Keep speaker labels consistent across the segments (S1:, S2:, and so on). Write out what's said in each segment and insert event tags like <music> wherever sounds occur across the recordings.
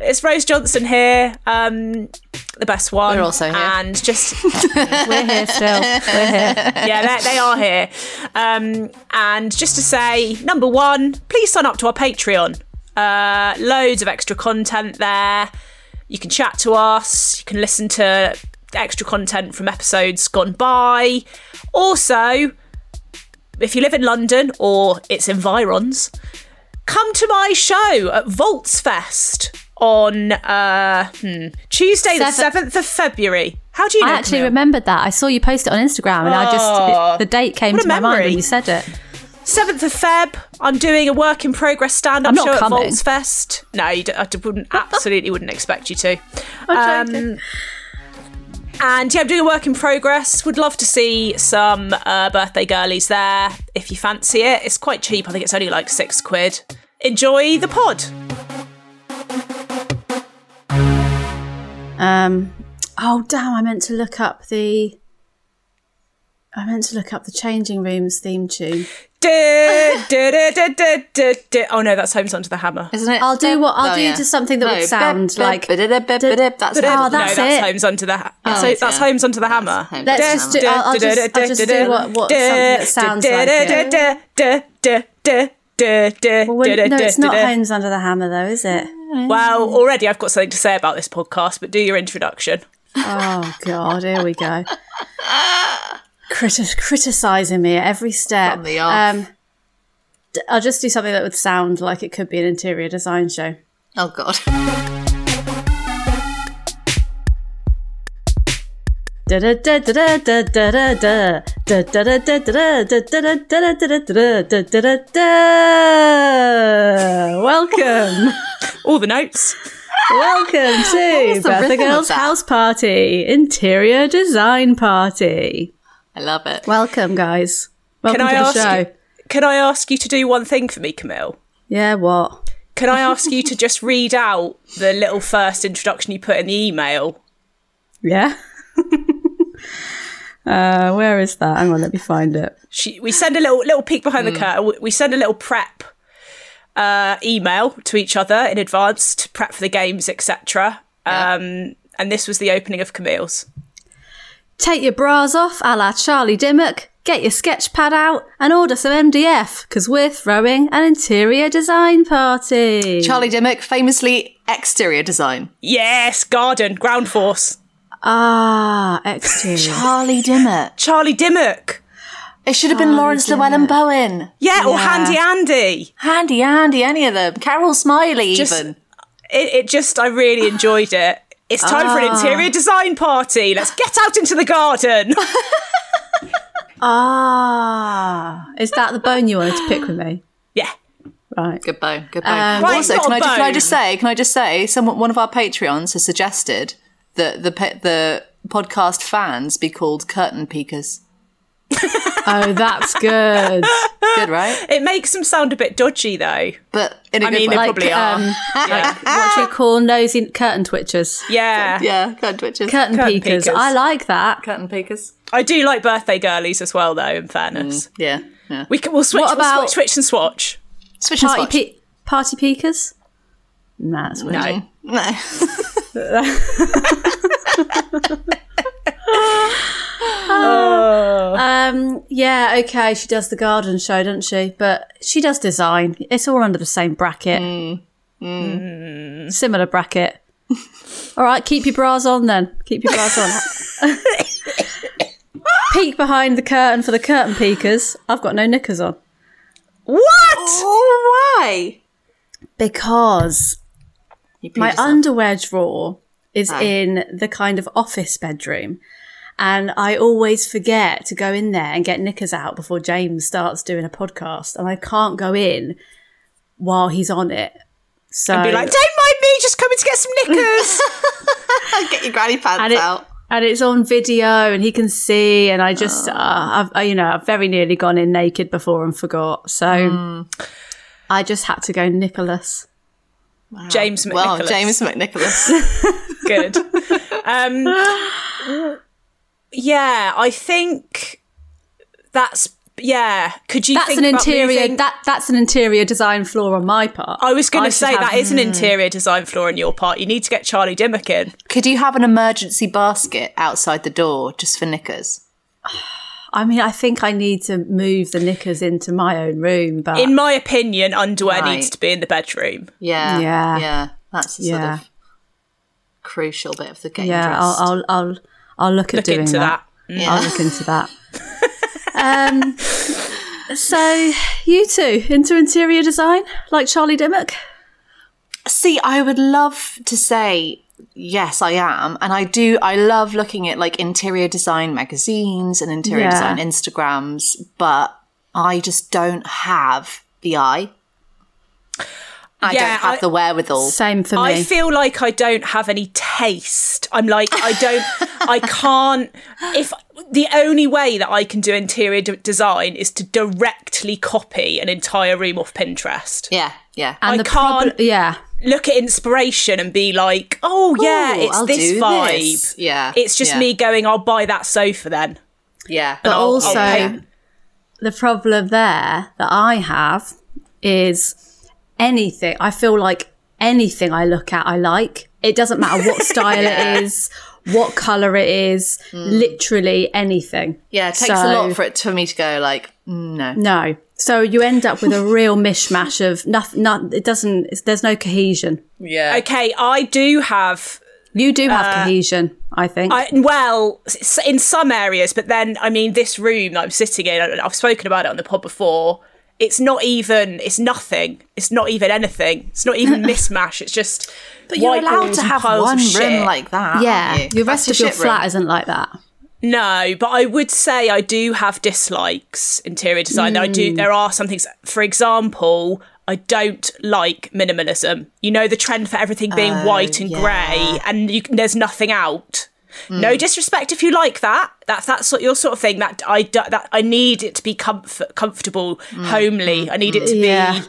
S1: it's Rose Johnson here, um, the best one.
S2: We're also here.
S1: And just
S2: <laughs>
S3: We're here still. We're here.
S1: yeah, they, they are here. Um, and just to say, number one, please sign up to our Patreon. Uh, loads of extra content there. You can chat to us. You can listen to extra content from episodes gone by. Also, if you live in London or its environs, come to my show at Volts Fest on uh, hmm, Tuesday, the
S2: Seven-
S1: seventh of February. How do you know?
S3: I actually
S1: Camille?
S3: remembered that. I saw you post it on Instagram, and I
S1: Oh,
S3: just the date came
S1: what a
S3: to my mind
S1: memory.
S3: when you said it.
S1: 7th of Feb, I'm doing a work in progress stand up
S3: I'm not
S1: show
S3: coming.
S1: at Volts Fest. No, you d- I d-
S3: <laughs>
S1: wouldn't, absolutely wouldn't expect you to. Um, and yeah, I'm doing a work in progress. Would love to see some uh, birthday girlies there if you fancy it. It's quite cheap, I think it's only like six quid. Enjoy the pod.
S3: Um, oh damn! I meant to look up the. I meant to look up the changing rooms theme tune.
S1: Du-
S3: <laughs>
S1: du- du- du- du- du- du- Oh no, that's Homes Under the Hammer.
S2: Isn't it? Oh,
S3: I'll do what- I'll do just something that would
S2: bip,
S3: sound
S2: bip,
S3: like-
S2: bip, bip, bip, bip, That's
S3: Oh,
S2: how
S1: no,
S3: that's
S1: that's
S3: it. Oh,
S1: Homes Under the Hammer. so
S2: yeah.
S1: that's Homes Under the Hammer.
S2: Homes Under
S3: Let's just do. I'll, I'll just, I'll just do what, what something that sounds like. it. Well, when- no, it's not Homes Under the Hammer, though, is it?
S1: Well, already I've got something to say about this podcast, but do your introduction.
S3: Oh God, here
S1: <laughs>
S3: we go. Criti- criticizing me at every step. Um,
S2: From the off.
S3: d- I'll just do something that would sound like it could be an interior design show.
S2: Oh god.
S3: <laughs> Welcome,
S1: All the
S3: <laughs>
S1: notes.
S3: welcome to
S2: the
S3: Bertha
S2: rhythm of
S3: Girls
S2: that?
S3: House Party Interior Design Party.
S2: I love it.
S3: Welcome, guys. Welcome
S1: Can I
S3: to the
S1: ask
S3: show.
S1: you- Can I ask you to do one thing for me, Camille?
S3: Yeah, what?
S1: Can I ask you
S3: <laughs>
S1: to just read out the little first introduction you put in the email?
S3: Yeah. <laughs> uh, where is that? Hang on, let me find it.
S1: She, we send a little little peek behind the curtain. We- We send a little prep uh, email to each other in advance to prep for the games, etc. Um, and this was the opening of Camille's.
S3: Take your bras off, a la Charlie Dimmock. Get your sketch pad out and order some MDF because we're throwing an interior design party.
S2: Charlie Dimmock, famously exterior design.
S1: Yes, Garden, Ground Force,
S3: ah, exterior.
S2: Charlie Dimmock.
S1: Charlie Dimmock,
S2: It should have been Lawrence Llewellyn Bowen.
S1: yeah, or Handy Andy.
S2: Handy, handy, any of them. Carol Smiley,
S1: Just-
S2: even.
S1: It, it just, I really enjoyed it. It's time for an interior design party. Let's get out into the <laughs> garden.
S3: ah, is that the bone you wanted to pick with me?
S1: yeah,
S3: Right.
S2: Good bone, good bone.
S1: Right,
S2: Um, also,
S1: it's not
S2: can
S1: a
S2: I, just, can I just
S1: bone.
S2: say, can I just say, someone, one of our Patreons has suggested that the pe- the podcast fans be called curtain peekers.
S3: Oh, that's good.
S2: Good, right? <gasps>
S1: it makes them sound a bit dodgy <laughs> though.
S2: But in a
S1: I
S2: good
S1: mean, <laughs>
S2: way.
S1: they probably are. Ah!
S3: um, what do you call nosy curtain twitchers?
S1: Yeah.
S2: <laughs> yeah, curtain twitches.
S3: Curtain,
S1: Curtain
S3: peekers.
S1: peekers.
S3: I like that.
S2: curtain peekers.
S1: I do like birthday girlies as well though. In fairness,
S2: Yeah, yeah.
S1: we can, we'll switch.
S3: What
S1: we'll
S3: about-
S1: switch, switch and swatch.
S2: Switch and
S3: Party,
S2: swatch.
S3: pe- party peekers? Nah, that's weird.
S1: No.
S2: no.
S3: Um, yeah, okay, she does the garden show, doesn't she? But she does design. It's all under the same bracket. Mm. Similar bracket. <laughs> all right, keep your bras on then. Keep your bras on. Peek behind the curtain for the curtain peekers. I've got no knickers on.
S1: What?
S2: <laughs> Oh, why?
S3: Because my underwear drawer is in the kind of office bedroom. And I always forget to go in there and get knickers out before James starts doing a podcast. And I can't go in while he's on it. So
S1: Be like, don't mind me, just coming to get some knickers.
S3: <laughs>
S2: Get your granny pants
S3: and, it-
S2: out.
S3: and it's on video and he can see. And I just,
S1: Oh.
S3: uh, I've, I, you know, I've very nearly gone in naked before and forgot. So
S1: Hmm.
S3: I just had to go Nicholas.
S1: James McNicholas.
S2: Well,
S3: <laughs>
S2: James McNicholas.
S1: <laughs> good. Um, yeah, I think that's yeah, could you?
S3: That's
S1: think
S3: an
S1: about
S3: interior
S1: moving-
S3: that that's an interior design flaw on my part.
S1: I was going to
S3: should
S1: say
S3: have-
S1: that is an interior design flaw on your part. You need to get Charlie Dimmock in.
S2: Could you have an emergency basket outside the door just for knickers?
S3: I mean, I think I need to move the knickers into my own room, but
S1: In my opinion, underwear
S2: Right.
S1: needs to be in the bedroom.
S2: Yeah.
S3: Yeah.
S2: Yeah. That's the
S3: Yeah.
S2: sort of crucial bit of the game.
S3: yeah,
S2: dressed.
S3: I'll, I'll I'll I'll look at
S1: Look
S3: doing
S1: into that.
S3: I'll look
S1: <laughs>
S3: into that. um, so you two into interior design, like Charlie Dimmock.
S2: See, I would love to say yes, I am, and I do. I love looking at like interior design magazines and interior
S3: Yeah.
S2: design Instagrams, but I just don't have the eye. I
S1: Yeah,
S2: don't have
S1: I-
S2: the wherewithal.
S3: Same for me.
S1: I feel like I don't have any taste. I'm like I
S2: <laughs>
S1: don't I can't if the only way that I can do interior d- design is to directly copy an entire room off Pinterest.
S2: yeah, yeah.
S3: and
S1: I
S3: the
S1: can't-
S3: prob- yeah,
S1: Look at inspiration and be like, "Oh yeah,
S2: Ooh,
S1: it's
S2: I'll
S1: this
S2: do
S1: vibe."
S2: this. Yeah,
S1: It's just
S2: yeah.
S1: me going, "I'll buy that sofa then."
S2: yeah,
S1: But I'll-
S3: also
S1: pay-
S3: the problem there that I have is anything. I feel like anything I look at, I like. It doesn't matter
S2: <laughs>
S3: what style it is, what color it is, literally anything.
S2: Hmm. yeah. It takes a lot for it for me to go like no.
S3: No. So you end up
S2: <laughs>
S3: with a real mishmash of nothing. Not, it doesn't. It's, there's no cohesion.
S2: Yeah,
S1: Okay, I do have
S3: You do have
S2: Uh,
S3: cohesion, I think.
S1: I, well, s- in some areas, but then I mean, this room that I'm sitting in, I- I've spoken about it on the pod before. It's not even. It's nothing. It's not even anything. It's not
S2: <laughs>
S1: even mismatch. It's just.
S2: but you're
S1: white
S2: allowed
S1: walls
S2: to
S1: and
S2: have
S1: piles of
S2: one room
S1: shit.
S2: like that.
S3: yeah,
S2: aren't you?
S3: your rest
S2: That's
S3: of your
S2: shit room.
S3: flat isn't like that.
S1: No, but I would say I do have dislikes interior design. I do. There are some things. For example, I don't like minimalism. You know the trend for everything being white and grey, and you, there's nothing out. No disrespect if you like that. That's that's sort your sort of thing. That I do, that I need it to be comfort, comfortable, homely. I need it to
S3: Yeah.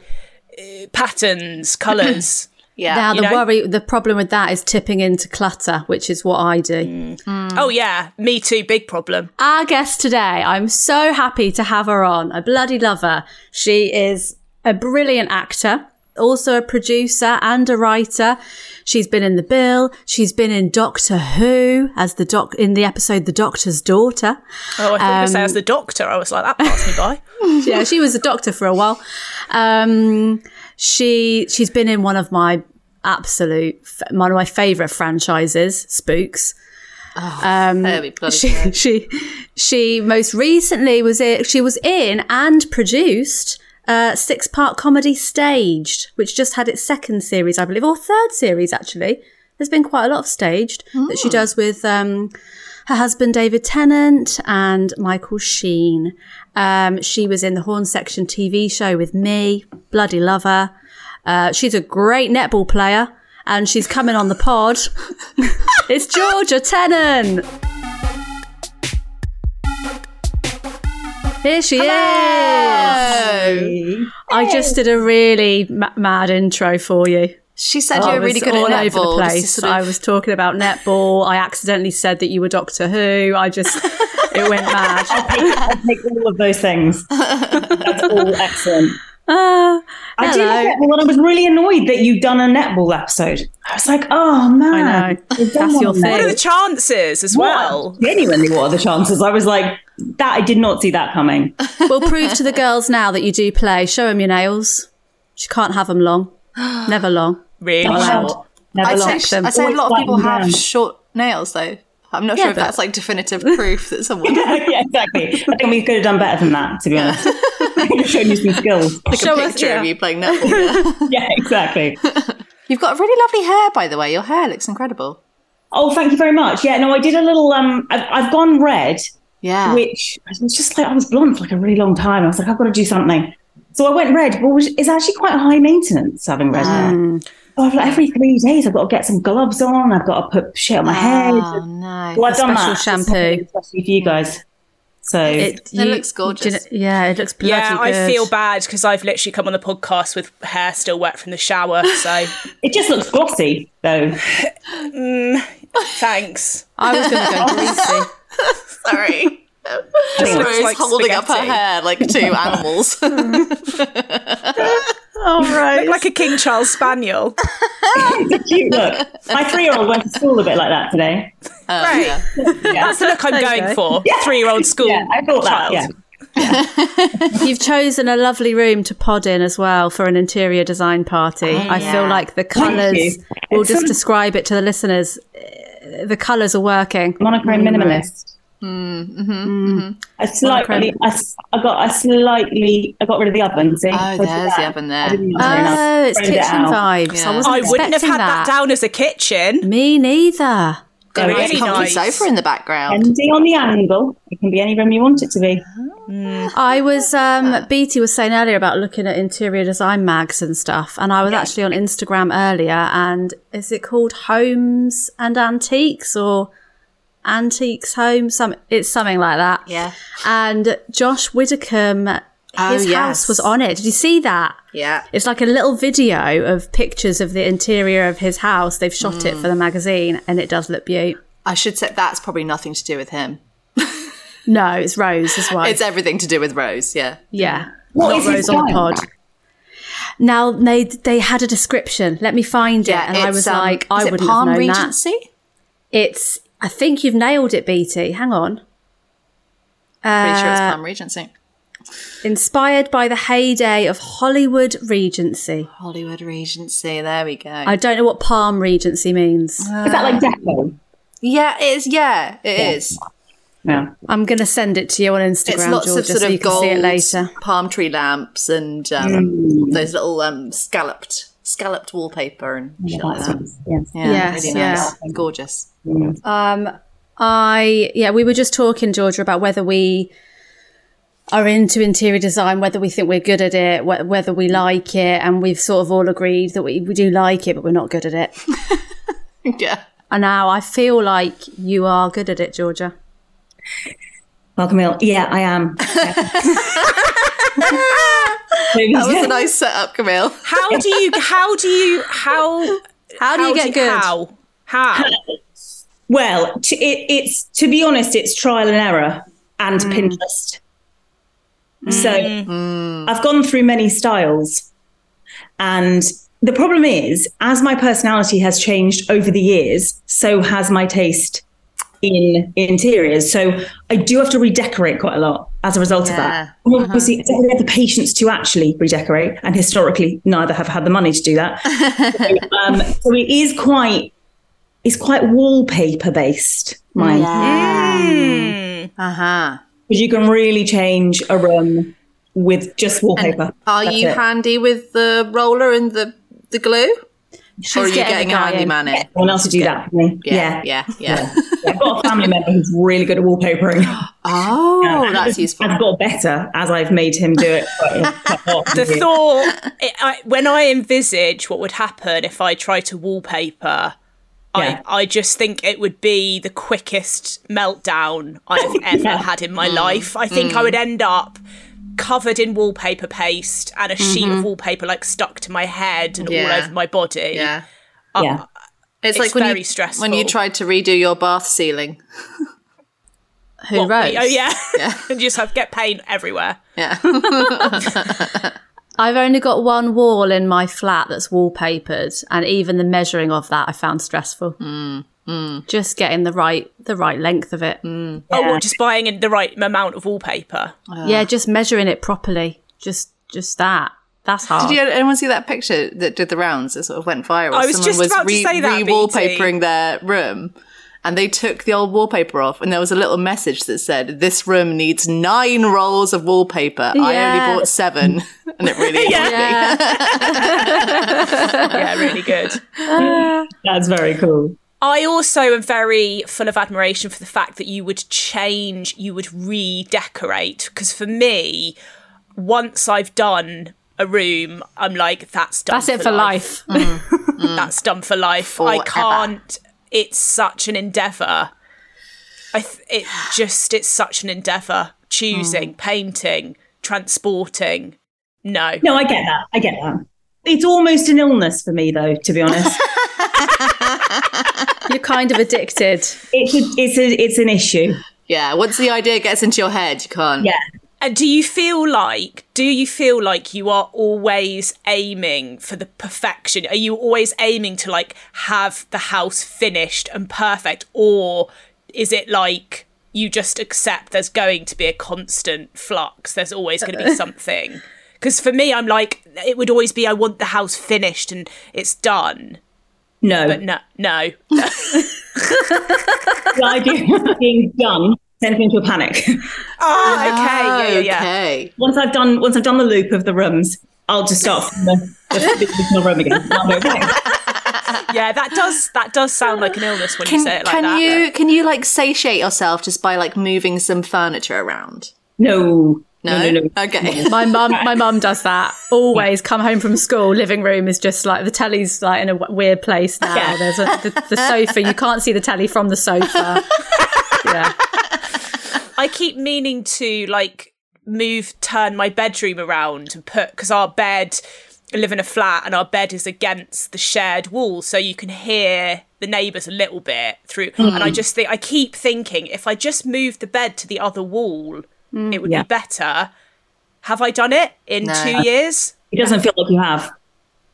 S1: be uh, patterns, colours.
S2: Yeah,
S3: Now the
S1: know?
S3: worry, the problem with that is tipping into clutter, which is what I do.
S1: Oh yeah, me too. Big problem.
S3: Our guest today, I'm so happy to have her on. I bloody love her. She is a brilliant actor, also a producer and a writer. She's been in The Bill. She's been in Doctor Who as the doc in the episode The Doctor's Daughter. <laughs>
S1: Oh, I thought you were going to say as the doctor. I was like that passed me by.
S3: yeah, she was a doctor for a while. Um, she she's been in one of my absolute f- one of my favorite franchises, Spooks.
S2: there we bloody
S3: She
S2: go.
S3: she she most recently was it she was in and produced a six part comedy staged, which just had its second series, I believe, or third series actually. There's been quite a lot of staged that she does with um, her husband David Tennant and Michael Sheen. Um, she was in the Horn Section TV show with me. Bloody love her. Uh, she's a great netball player, and she's coming on the <laughs> pod. it's Georgia Tennant. Here she is. I just did a really ma- mad intro for you.
S2: She said
S3: I
S2: you're
S3: Oh, was
S2: really good
S3: all
S2: at
S3: over
S2: netball.
S3: the
S2: just to
S3: place.
S2: sort of-
S3: I was talking about netball. I accidentally said that you were Doctor Who. I just it <laughs> went mad.
S4: I take all of those
S3: <laughs>
S4: things. That's all excellent.
S3: Ah,
S4: I did
S3: hello.
S4: netball and I was really annoyed that you'd done a netball episode. I was like, oh man.
S3: I know.
S4: We've done
S3: That's
S4: one
S3: your
S4: on
S3: thing.
S1: What are the
S4: netball.
S1: chances as well?
S4: What? Genuinely, what are the chances? I was like, that I did not see
S3: <laughs>
S4: that coming.
S3: We'll prove to the girls now that you do play. Show them your nails. She can't have them <gasps> long. Never long.
S1: Really?
S4: Wow. Never
S2: I'd say,
S4: liked
S2: sh-
S3: them.
S2: I'd say a lot of
S4: Always
S2: people
S4: flattened
S2: have
S4: down.
S2: short nails, though. I'm not
S3: Yeah,
S2: sure if
S3: but-
S2: that's like definitive proof that
S3: <laughs>
S2: someone.
S4: <laughs> yeah, exactly. I think we could have done better than that, to be honest. <laughs> I could have shown you some skills.
S2: Show
S3: us,
S2: picture
S3: yeah.
S2: of you
S3: <laughs>
S2: playing netball.
S4: <laughs> Yeah, exactly.
S2: You've got really lovely hair, by the way. Your hair looks incredible.
S4: Oh, thank you very much. Yeah, no, I did a little. Um, I've, I've gone red,
S2: Yeah.
S4: which I was just like I was blonde for like a really long time. I was like, I've got to do something. So I went red, which is actually quite high maintenance having red hair.
S2: Mm.
S4: So I've like every three days I've got to get some gloves on. I've got to put shit on my head.
S2: oh no.
S4: Well, I've done
S3: Special
S4: that,
S3: shampoo.
S4: especially for you guys. So
S2: It looks gorgeous.
S3: do you know- yeah, it looks bloody
S1: Yeah, I
S3: good.
S1: feel bad because I've literally come on the podcast with hair still wet from the shower.
S3: <laughs>
S1: So
S4: it just looks glossy, though.
S1: thanks.
S4: <laughs>
S3: I was going to go greasy.
S2: <laughs> Sorry. Just
S1: looks
S2: Rose
S1: like
S2: holding up her
S1: spaghetti.
S2: hair like
S3: <laughs>
S2: two <laughs> animals.
S3: All right.
S1: <laughs> Look like a King Charles Spaniel.
S4: It's a cute look. My three-year-old went to school a bit like that today.
S1: right. That's the look I'm
S3: you
S1: going
S3: go.
S1: for. Three year old school
S4: Yeah, I thought that.
S1: child.
S4: Yeah.
S3: You've chosen a lovely room to pod in as well for an interior design party. I feel
S2: yeah.
S3: like the
S4: Oh, Thank you.
S3: colours, we'll
S4: It's
S3: just
S4: sort of-
S3: describe it to the listeners. Uh, The colours are working.
S4: monochrome minimalist.
S2: Mm, mm-hmm,
S4: I Mm. slightly, I, s- I got, I slightly, I got rid of the oven. See,
S2: Oh,
S4: I did
S2: there's
S4: that.
S2: the oven there.
S4: I didn't use it enough.
S3: Oh, it's
S4: Spread it
S3: kitchen
S4: out.
S3: vibes.
S2: Yeah.
S3: I wasn't
S1: I wouldn't have
S3: expecting
S1: had that. down as a kitchen.
S3: Me neither.
S2: Got a
S4: Very
S2: nice comfy
S1: nice.
S2: sofa in the background.
S4: Ending on the angle, it can be any room you want it to be.
S3: I was um Beatty was saying earlier about looking at interior design mags and stuff, and I was actually on Instagram earlier and is it called Homes and Antiques or Antiques Homes? Some it's something like that.
S2: Yeah.
S3: And Josh Widdicombe his
S2: Oh, yes.
S3: house was on it. Did you see that?
S2: Yeah.
S3: It's like a little video of pictures of the interior of his house. They've shot
S2: Mm.
S3: it for the magazine and it does look beaut.
S2: I should say that's probably nothing to do with him.
S3: No, it's Rose as well.
S2: It's everything to do with Rose. Yeah.
S3: yeah.
S4: What
S3: Not
S4: is his
S3: Rose on the
S4: style?
S3: pod. Now they they had a description. Let me find it, and I
S2: it's,
S3: was
S2: um,
S3: like,
S2: is
S3: I
S2: it
S3: wouldn't
S2: Palm
S3: have known that.
S2: Regency?
S3: It's I think you've nailed it, BT. Hang on.
S2: Pretty sure it's Palm Regency.
S3: Inspired by the heyday of Hollywood Regency.
S2: Hollywood Regency. There we go.
S3: I don't know what Palm Regency means.
S2: Uh,
S4: Is that like
S2: Uh-huh.
S4: deco?
S2: yeah, it is. Yeah, it is.
S4: No.
S3: I'm going to send it to you on Instagram,
S2: It's lots
S3: Georgia,
S2: of sort
S3: so you
S2: of
S3: can
S2: gold
S3: see it later. Mm.
S2: palm tree lamps and um, those little um, scalloped scalloped wallpaper and shit like
S4: That's
S2: that.
S4: nice. Yes.
S2: Uh-huh. Yeah,
S3: Yes,
S2: really nice. Gorgeous. <laughs>
S3: Um, I yeah, we were just talking, Georgia, about whether we are into interior design, whether we think we're good at it, wh- whether we like it, and we've sort of all agreed that we, we do like it, but we're not good at it.
S2: Yeah.
S3: and now I feel like you are good at it, Georgia.
S4: Welcome, Hill. Yeah, I
S2: <laughs>
S4: am.
S2: That
S4: <laughs>
S2: was a nice setup, Camille.
S1: How do you? How do you? How?
S3: How do you get good?
S1: How? How?
S4: Well, t- it, it's to be honest, it's trial and error and
S2: Mm.
S4: Pinterest. So I've gone through many styles, and the problem is, as my personality has changed over the years, so has my taste in interiors. So I do have to redecorate quite a lot as a result of
S2: Yeah.
S4: that. And Obviously, I don't have the patience to actually redecorate, and historically, neither have had the money to do that. so, um, so it is quite it's quite wallpaper based mine
S2: Uh huh.
S4: because you can really change a room with just wallpaper
S2: Are
S4: That's
S2: you
S4: it.
S2: handy with the roller and the the glue? or are you
S3: getting
S2: getting
S3: the
S2: a
S3: guy in.
S2: handyman in?
S4: someone else to do that for me
S2: Yeah,
S4: yeah
S2: yeah, yeah.
S4: Yeah, I've got a family member who's really good at wallpapering.
S2: Oh, that's useful.
S4: I've got better as I've made him
S2: <laughs>
S4: do it. quite- quite often.
S1: The thought <laughs> it, I, when I envisage what would happen if I try to wallpaper,
S4: Yeah.
S1: I I just think it would be the quickest meltdown I have ever had in
S2: Mm.
S1: my life. I think I would end up covered in wallpaper paste and a sheet of wallpaper like stuck to my head and
S2: Mm-hmm. Yeah.
S1: all over my body.
S2: Yeah.
S4: yeah.
S2: It's, like
S1: It's
S2: when
S1: very
S2: you,
S1: stressful.
S2: When you tried to redo your bath ceiling.
S3: Who
S1: What-
S3: wrote?
S1: Oh yeah, <laughs> and you just have get paint everywhere.
S2: Yeah.
S3: I've only got one wall in my flat that's wallpapered, and even the measuring of that I found stressful. Just getting the right the right length of it.
S1: Oh, well, just buying in the right amount of
S2: <laughs>
S1: wallpaper.
S2: Ah.
S3: Yeah, just measuring it properly. Just just that. That's hard.
S2: Did you, anyone see that picture that did the rounds? It sort of went viral.
S1: I was just about to say that,
S2: wallpapering their room, and they took the old wallpaper off, and there was a little message that said, "This room needs nine rolls of wallpaper. I
S3: Yeah.
S2: only bought seven, <laughs> and it really yeah. <laughs>
S1: Yeah, really good.
S4: That's very cool.
S1: I also am very full of admiration for the fact that you would change, you would redecorate. Because for me, once I've done a room, I'm like, that's done.
S3: That's it for
S2: <laughs>
S3: life.
S1: That's done for life. I
S2: Forever.
S1: can't. It's such an endeavor. I th- it just it's such an endeavor.
S3: Hmm.
S1: Choosing, painting, transporting. No,
S4: No, I get that. I get that. It's almost an illness for me, though, to
S2: <laughs>
S4: be honest.
S3: You're kind of addicted.
S4: it's, a, it's, a, it's an issue.
S2: Yeah, once the idea gets into your head, you can't.
S4: Yeah.
S1: And do you feel like do you feel like you are always aiming for the perfection? Are you always aiming to like have the house finished and perfect or is it like you just accept there's going to be a constant flux. There's always going
S2: <laughs>
S1: to be something. Because for me, I'm like, it would always be I want the house finished and it's done.
S4: No,
S1: But no, no.
S4: the idea of being done sends me into a panic. <laughs>
S1: Ah, okay, yeah, yeah, yeah.
S2: Okay.
S4: once I've done once I've done the loop of the rooms, I'll just start from the, the original room again. I'll be okay.
S1: Yeah, that does that does sound like an illness when you
S2: Can,
S1: say it like
S2: can
S1: that.
S2: you can you like satiate yourself just by like moving some furniture around?
S4: No,
S2: No,
S4: no, no, no.
S1: <laughs>
S2: Okay.
S3: My mum, my mum does that always. Come home from school, living room is just like the telly's like in a w- weird place now. There's a, the, the sofa. You can't see the telly from the sofa.
S2: <laughs>
S3: yeah,
S1: I keep meaning to like move, turn my bedroom around and put because our bed, I live in a flat and our bed is against the shared wall, so you can hear the neighbours a little bit through. And I
S3: Hmm.
S1: just think I keep thinking if I just move the bed to the other wall,
S3: Hmm.
S1: it would
S4: Yeah.
S1: be better. Have I done it in
S2: No.
S1: two years?
S4: It doesn't feel like you have.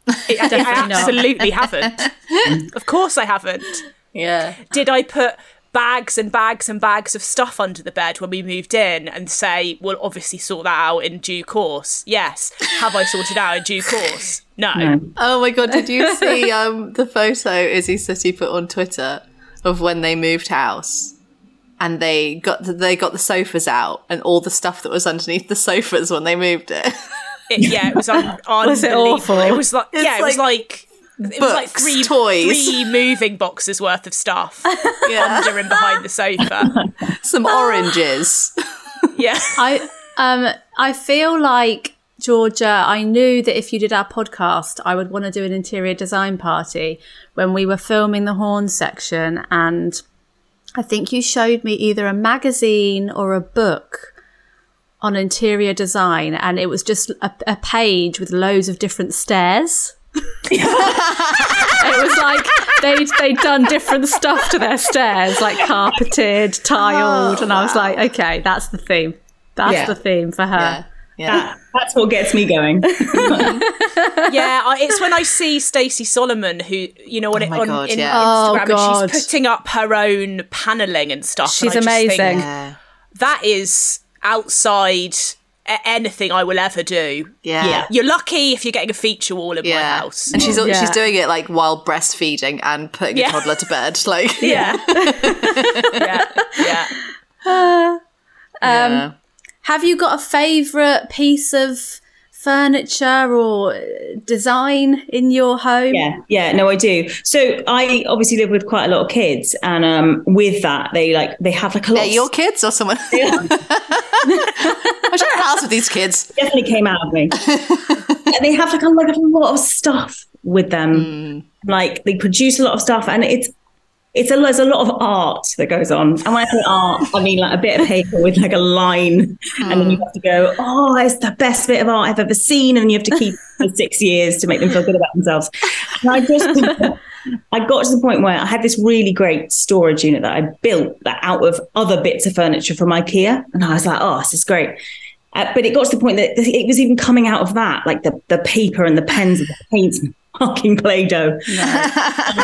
S1: I- I,
S3: <laughs> Definitely not.
S1: absolutely
S3: <laughs>
S1: haven't. of course, I haven't
S2: <laughs> yeah.
S1: did I put bags and bags and bags of stuff under the bed when we moved in and say, we'll obviously sort that out in due course? Yes. Have I sorted out in due course? No.
S2: Oh my god, did you see um the photo Izzy City put on Twitter of when they moved house? And they got the, they got the sofas out and all the stuff that was underneath the sofas when they moved it.
S1: It- yeah, it was un-
S3: Was it
S1: unbelievable.
S3: awful?
S1: It was like,
S2: It's
S1: yeah, it was like. it was like
S2: books,
S1: three,
S2: toys.
S1: three moving boxes worth of stuff
S2: Yeah,
S1: under and behind the sofa.
S2: <laughs> some oranges.
S1: Yeah.
S3: I um I feel like Georgia. I knew that if you did our podcast, I would want to do an interior design party when we were filming the horn section, and I think you showed me either a magazine or a book on interior design, and it was just a, a page with loads of
S1: <laughs>
S3: different stairs. it was like they'd they'd done different stuff to their stairs, like carpeted, tiled, and I was like, okay, that's the theme. That's
S2: Yeah.
S3: the theme for her.
S2: Yeah, yeah.
S4: That, that's what gets
S2: <laughs>
S4: me going.
S1: yeah, I, it's when I see Stacey Solomon, who you know, on, it,
S2: my
S1: on
S2: God,
S1: in
S2: yeah.
S3: Oh,
S1: Instagram,
S3: God.
S1: and she's putting up her own paneling and stuff.
S3: She's
S1: and I just think,
S3: amazing.
S2: yeah,
S1: that is outside a- anything I will ever do.
S2: yeah.
S4: Yeah.
S1: You're lucky if you're getting a feature wall in my
S2: Yeah.
S1: house.
S2: and she's
S3: Yeah.
S2: she's doing it like while breastfeeding and putting
S1: Yeah.
S2: a toddler to bed. <laughs> Like,
S1: Yeah. yeah. Yeah.
S3: <laughs>
S2: yeah.
S3: Have you got a favourite piece of furniture or uh, design in your home?
S4: Yeah, yeah, no, I do. So I obviously live with quite a lot of kids, and um, with that, they like they have like a lot.
S2: Yeah,
S4: of-
S2: your kids or someone? <laughs> I share a house with these kids.
S4: definitely came out of me. And they have like a, like a lot of stuff with them. Like they produce a lot of stuff, and it's it's a there's a lot of art that goes on. And when I say art, I mean like a bit of paper with like a line, and then you have to go, oh, it's the best bit of art I've ever seen, and you have to keep it for six years to make them feel good about themselves. And I just. I got to the point where I had this really great storage unit that I built that out of other bits of furniture from IKEA, and I was like, "Oh, this is great." Uh, but it got to the point that it was even coming out of that, like the the paper and the pens and the paints and fucking play-doh. <laughs>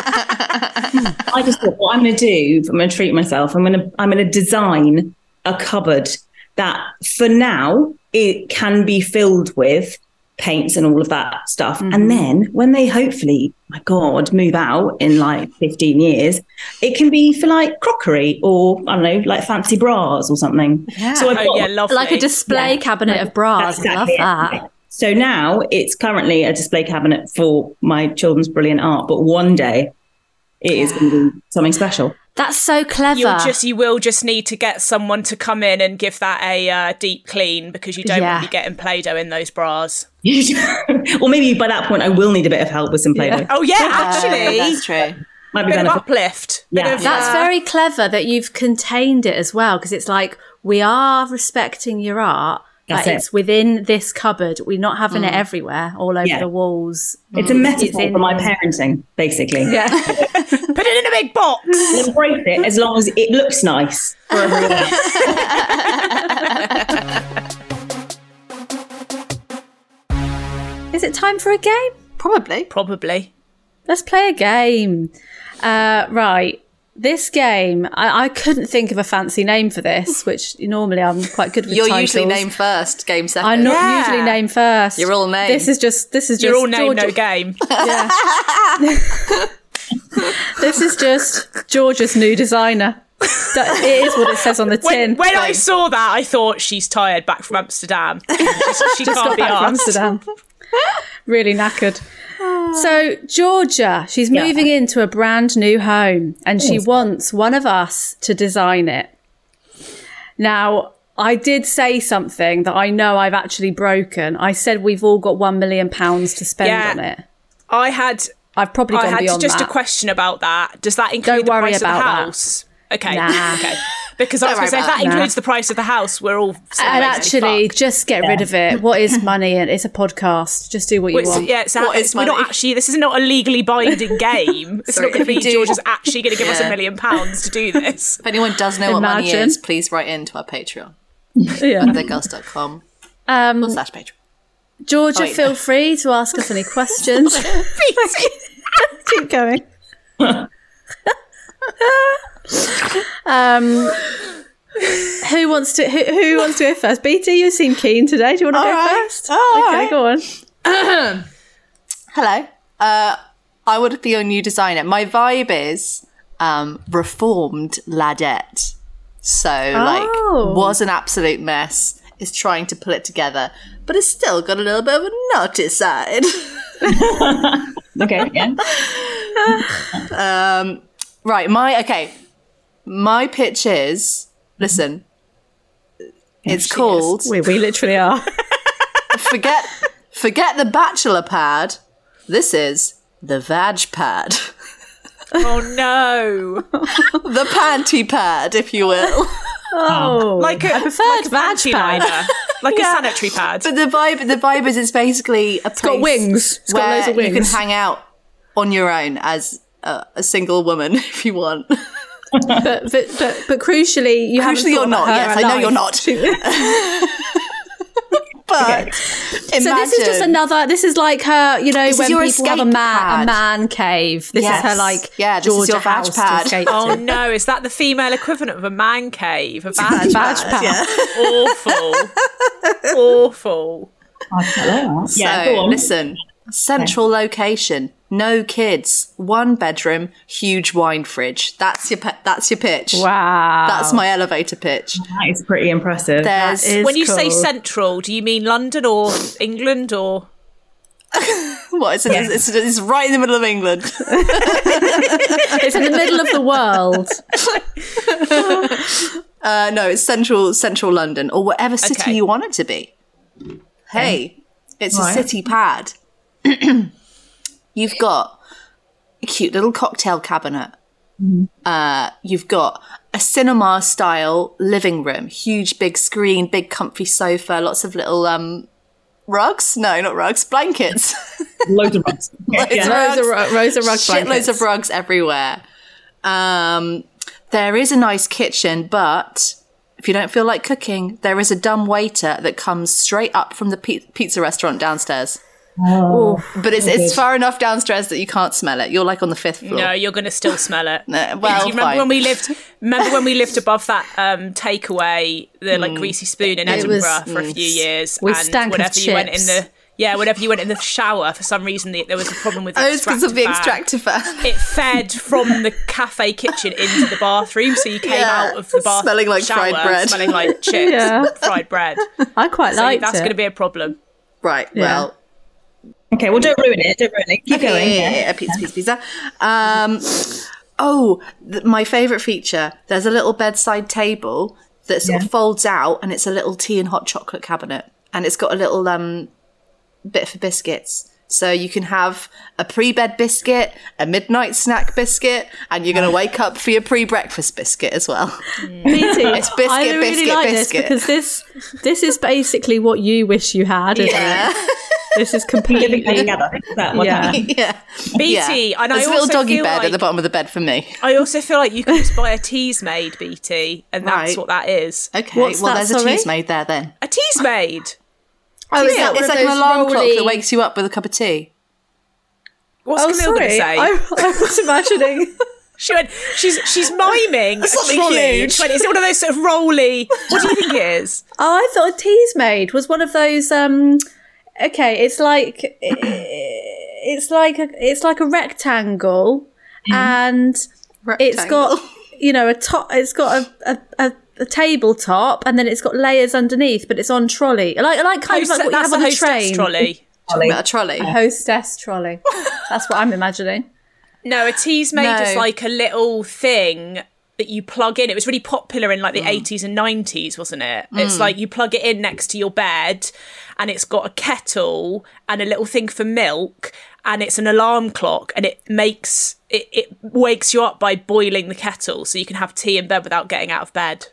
S4: I just thought, what I'm going to do, if I'm going to treat myself. I'm going to I'm going to design a cupboard that, for now, it can be filled with paints and all of that stuff. And then when they hopefully, my God, move out in like 15 years, it can be for like crockery or I don't know, like fancy bras or something. So I've
S1: Oh,
S4: got
S1: yeah. Lovely.
S3: Like a display cabinet of bras. I love
S4: exactly it.
S3: that.
S4: So now it's currently a display cabinet for my children's brilliant art, but one day it is going to be something special. <laughs>
S3: That's so clever.
S1: You'll just you will just need to get someone to come in and give that a uh, deep clean because you don't
S3: Yeah.
S1: want to be getting play-doh in those bras.
S4: or maybe by that point, I will need a bit of help with some play doh.
S1: Oh yeah,
S2: Yeah,
S1: actually,
S2: that's true.
S1: <laughs>
S4: Might be
S1: bit of
S4: beneficial.
S1: uplift. Bit
S4: Yeah.
S1: of,
S3: That's
S1: uh,
S3: very clever that you've contained it as well, because it's like we are respecting your art, Like,
S4: That's it.
S3: It's within this cupboard. We're not having it everywhere, all over
S4: Yeah.
S3: the walls.
S4: It's a metaphor
S3: in-
S4: for my parenting, basically. Yeah.
S1: Put it in a big box.
S3: <laughs>
S4: Embrace it as long as it looks nice.
S3: Is it time for a game?
S2: Probably.
S1: Probably.
S3: Let's play a game. Uh, right. This game, I, I couldn't think of a fancy name for this, which normally I'm quite good with.
S2: You're
S3: titles.
S2: usually name first, game second.
S3: I'm not
S1: Yeah.
S3: usually name first.
S2: You're all name.
S3: This is just. This is just.
S1: You're all name,
S3: Georgia-
S1: no
S3: <laughs>
S1: game.
S3: Yeah. this is just Georgia's new designer. That- it is what it says on the tin.
S1: When, when I saw that, I thought she's tired back from
S3: <laughs>
S1: Amsterdam. She's- she can't
S3: got
S1: be
S3: back from
S1: asked.
S3: Amsterdam. really knackered. So Georgia, she's moving into a brand new home, and she wants one of us to design it. Now, I did say something that I know I've actually broken. I said we've all got one million pounds to spend
S1: Yeah.
S3: on it.
S1: I had
S3: I've probably
S1: I
S3: gone
S1: had
S3: beyond
S1: just
S3: that.
S1: a question about that. Does that include
S3: Don't
S1: the
S3: worry
S1: price
S3: about
S1: of the
S3: that.
S1: house? Okay. <laughs>
S3: Nah.
S1: Okay. Because I was going
S2: worry
S1: to say, if
S2: about
S1: that
S3: that.
S1: includes the price of the house, we're all.
S3: and actually, just get rid of it. What is money? And it's a podcast. Just do what you
S1: It's, <laughs>
S3: want.
S1: yeah, it's,
S2: What is
S1: we're not
S2: money?
S1: actually. This is not a legally
S3: <laughs>
S1: binding game. It's
S2: Sorry,
S1: not going
S2: if
S1: to
S2: you
S1: be
S2: do-
S1: George is actually going to give us a
S2: Yeah.
S1: million pounds to do
S3: <laughs>
S1: this.
S2: If anyone does know what money
S3: Imagine.
S2: is, please write in to our Patreon,
S3: Yeah.
S2: thegirls.com
S3: Um,
S2: slash Patreon.
S3: Georgia,
S2: Wait.
S3: feel free to ask
S2: <laughs>
S3: us any questions. <laughs> Keep going. um, who wants to who, who wants to go first? BT, you seem keen today. Do you want to go
S2: right.
S3: first?
S2: Oh, all
S3: okay,
S2: right.
S3: go on.
S2: Hello. Uh, I would be your new designer. My vibe is um, reformed ladette. So,
S3: Oh.
S2: like, was an absolute mess, is trying to pull it together, but it's still got a little bit of a naughty side. <laughs>
S4: Okay. Yeah.
S2: Right, my okay. My pitch is listen. It's called
S3: We, we literally are.
S2: forget forget the bachelor pad. This is the vag pad.
S1: Oh no!
S2: The panty pad, if you will.
S3: Oh,
S1: <laughs> Like a,
S3: preferred
S1: like a panty
S3: badge pad.
S1: liner, <laughs> like a sanitary pad.
S3: <laughs>
S2: But the vibe the vibe is it's basically a
S3: <laughs> got wings. It's got
S2: where
S3: loads of
S2: you can
S3: wings.
S2: hang out on your own as a, a single woman <laughs> if you want.
S3: but, but but but crucially, you haven't
S2: Crucially
S3: thought
S2: you're
S3: about
S2: not,
S3: her
S2: yes, I know
S3: alive.
S2: you're not. <laughs> but imagine
S3: So this is just another. This is like her, you know,
S2: This is
S3: when
S2: your
S3: people have a
S2: escape
S3: man, a
S2: pad.
S3: man cave. This
S2: Yes.
S3: is her like
S2: Yeah, this is
S3: Georgia
S2: your vag
S3: house to
S2: pad.
S3: escape
S1: Oh
S3: to.
S1: no! Is that the female equivalent of a man cave? A badge
S3: Badge
S1: pad?
S3: pad. <laughs>
S1: Awful. Awful.
S4: yeah.
S2: so
S4: Go on.
S2: listen, central location, no kids, one bedroom, huge wine fridge. That's your pe- that's your pitch.
S3: Wow,
S2: That's my elevator pitch.
S4: That is pretty impressive.
S2: There's
S3: is-
S1: When you say
S3: cool.
S1: central, do you mean London or England or?
S2: what? It's, it's, it's, it's right in the middle of England.
S3: it's in the middle of the world.
S2: Uh, no, it's central central London or whatever city
S1: Okay.
S2: you want it to be. Hey, it's a city pad. <clears throat> you've got a cute little cocktail cabinet. Uh, you've got a cinema style living room, huge big screen, big comfy sofa, lots of little um rugs. No, not rugs, blankets. <laughs>
S4: Loads of rocks. Okay,
S2: Loads
S4: yeah.
S2: of
S3: Rosa,
S2: rugs.
S3: Ro- Rosa rug
S2: shitloads
S3: blankets.
S2: of rugs everywhere. Um, there is a nice kitchen, but if you don't feel like cooking, there is a dumb waiter that comes straight up from the pi- pizza restaurant downstairs.
S4: Oh,
S2: But it's, it's far enough downstairs that you can't smell it. You're like on the fifth floor.
S1: No, you're going to still smell
S2: <laughs>
S1: it.
S2: Uh, well,
S1: Do you remember
S2: fine.
S1: when we lived? Remember when we lived above that um, takeaway, the
S2: Mm.
S1: like greasy spoon in Edinburgh
S3: was-
S1: for a few years,
S3: We
S1: and
S3: stank of
S1: whenever you went in
S3: chips.
S1: the yeah, whenever you went in the shower, for some reason the, there was a problem
S2: <laughs>
S1: with the
S2: Oh, it's because of the
S1: fan.
S2: extractor fan. <laughs>
S1: It fed from the cafe kitchen into the bathroom, so you came
S2: Yeah,
S1: out of the bath
S2: smelling like
S1: shower
S2: fried bread.
S1: smelling
S2: <laughs>
S1: like chips,
S3: Yeah.
S1: fried bread.
S3: <laughs> I quite
S1: So
S3: liked
S1: that's
S3: it.
S1: going to be a problem.
S2: Right. Well,
S4: okay. Well, don't ruin it. Don't ruin it. Keep
S2: <laughs>
S4: going.
S2: Yeah,
S4: Yeah.
S2: yeah, yeah, pizza, pizza, pizza. Um, oh, th- my favourite feature. There's a little bedside table that sort of folds out, and it's a little tea and hot chocolate cabinet, and it's got a little um bit for biscuits, So you can have a pre-bed biscuit, a midnight snack biscuit, and you're going to wake up for your pre-breakfast biscuit as well.
S3: Me too.
S2: It's biscuit,
S3: I really
S2: biscuit,
S3: like
S2: biscuit.
S3: this because this this is basically what you wish you had. Isn't
S2: Yeah.
S3: it? This is
S4: Living
S3: completely
S4: together. That one.
S3: yeah.
S2: <laughs> yeah.
S1: BT, and I
S2: There's a
S1: also
S2: little doggy
S1: feel
S2: bed
S1: like-
S2: at the bottom of the bed for me.
S1: I also feel like you can just buy a teas made, BT, and that's
S2: Right.
S1: what that is.
S2: Okay,
S3: What's
S2: well,
S3: that,
S2: there's
S3: sorry?
S2: a cheese made there then.
S1: A teas made.
S2: Oh,
S3: is
S2: it's,
S3: that
S2: like-
S3: one of
S2: it's like an
S3: those
S2: alarm clock
S3: rolly-
S2: that wakes you up with a cup of tea.
S1: What's
S3: Oh,
S1: Camille going to
S3: sorry.
S1: say?
S3: I, I was imagining.
S2: <laughs>
S1: She went. She's she's miming
S2: Something
S1: a trolley.
S2: huge.
S1: She went, is it one of those sort of rolly? What do you think it
S3: <laughs>
S1: is?
S3: Oh, I thought a tea's made was one of those. Um, okay, it's
S2: <clears throat>
S3: like it's like a it's like a rectangle,
S2: Mm-hmm.
S3: and it's got you know a top. It's got a a, a, a tabletop, and then it's got layers underneath, but it's on trolley. Like like kind
S1: Host-
S3: of like what you
S1: that's
S3: have
S1: a
S3: on a
S1: hostess
S3: train.
S1: trolley.
S2: got a trolley.
S4: uh,
S3: Hostess trolley. That's what I'm imagining.
S1: No, a teas made
S2: No.
S1: is like a little thing that you plug in. It was really popular in like
S2: Mm.
S1: the 80s and 90s, wasn't it? It's like you plug it in next to your bed and it's got a kettle and a little thing for milk and it's an alarm clock and it makes it, it wakes you up by boiling the kettle so you can have tea in bed without getting out of bed.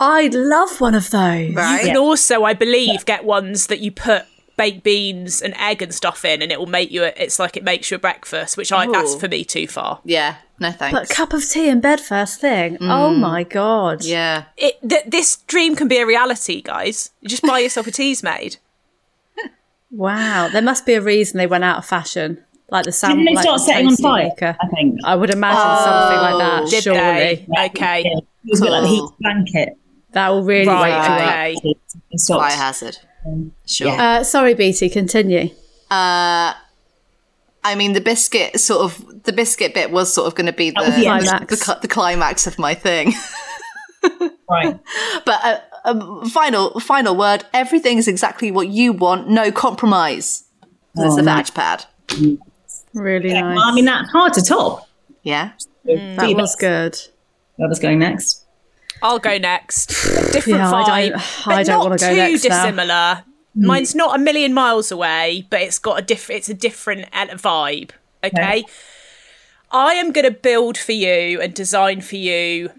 S3: I'd love one of those.
S2: Right.
S1: You can also, I believe, get ones that you put baked beans and egg and stuff in, and it will make you. A, it's like it makes you a breakfast, which I that's
S2: Ooh.
S1: for me too far.
S2: Yeah, no thanks.
S3: But cup of tea in bed first thing. Oh my god.
S2: yeah.
S1: It th- this dream can be a reality, guys. You just buy yourself a teas made.
S3: Wow. There must be a reason they went out of fashion. Like the
S4: Didn't
S3: sand.
S4: they
S3: like
S4: start
S3: the
S4: setting on
S3: toasty
S4: fire?
S3: maker.
S4: I think.
S3: I would imagine something like that.
S1: Did
S3: surely
S1: they? Okay.
S4: Yeah. It was a bit like the heat blanket.
S3: that will really wake you up.
S1: Right. Okay.
S4: It stopped.
S2: Fire hazard. Sure.
S3: Uh, sorry, BT. Continue.
S2: I mean, the biscuit sort of the biscuit bit was sort of going to be the
S4: was the end.
S2: the,
S3: Climax.
S2: cli- the climax of my thing. <laughs>
S4: Right.
S2: but uh, um, final final word. Everything is exactly what you want. No compromise. That's
S4: Oh,
S2: a
S4: nice.
S2: badge pad.
S3: Really nice.
S4: I mean, that's hard to top.
S2: Yeah.
S3: that was good.
S4: Where was going next?
S1: I'll go next. Different
S3: Yeah,
S1: vibe,
S3: I don't-
S1: but
S3: I don't
S1: not
S3: wanna go
S1: too
S3: next now. Mm.
S1: dissimilar. Mine's not a million miles away, but it's got a diff. It's a different ele- vibe. Okay, I am going to build for you and design for you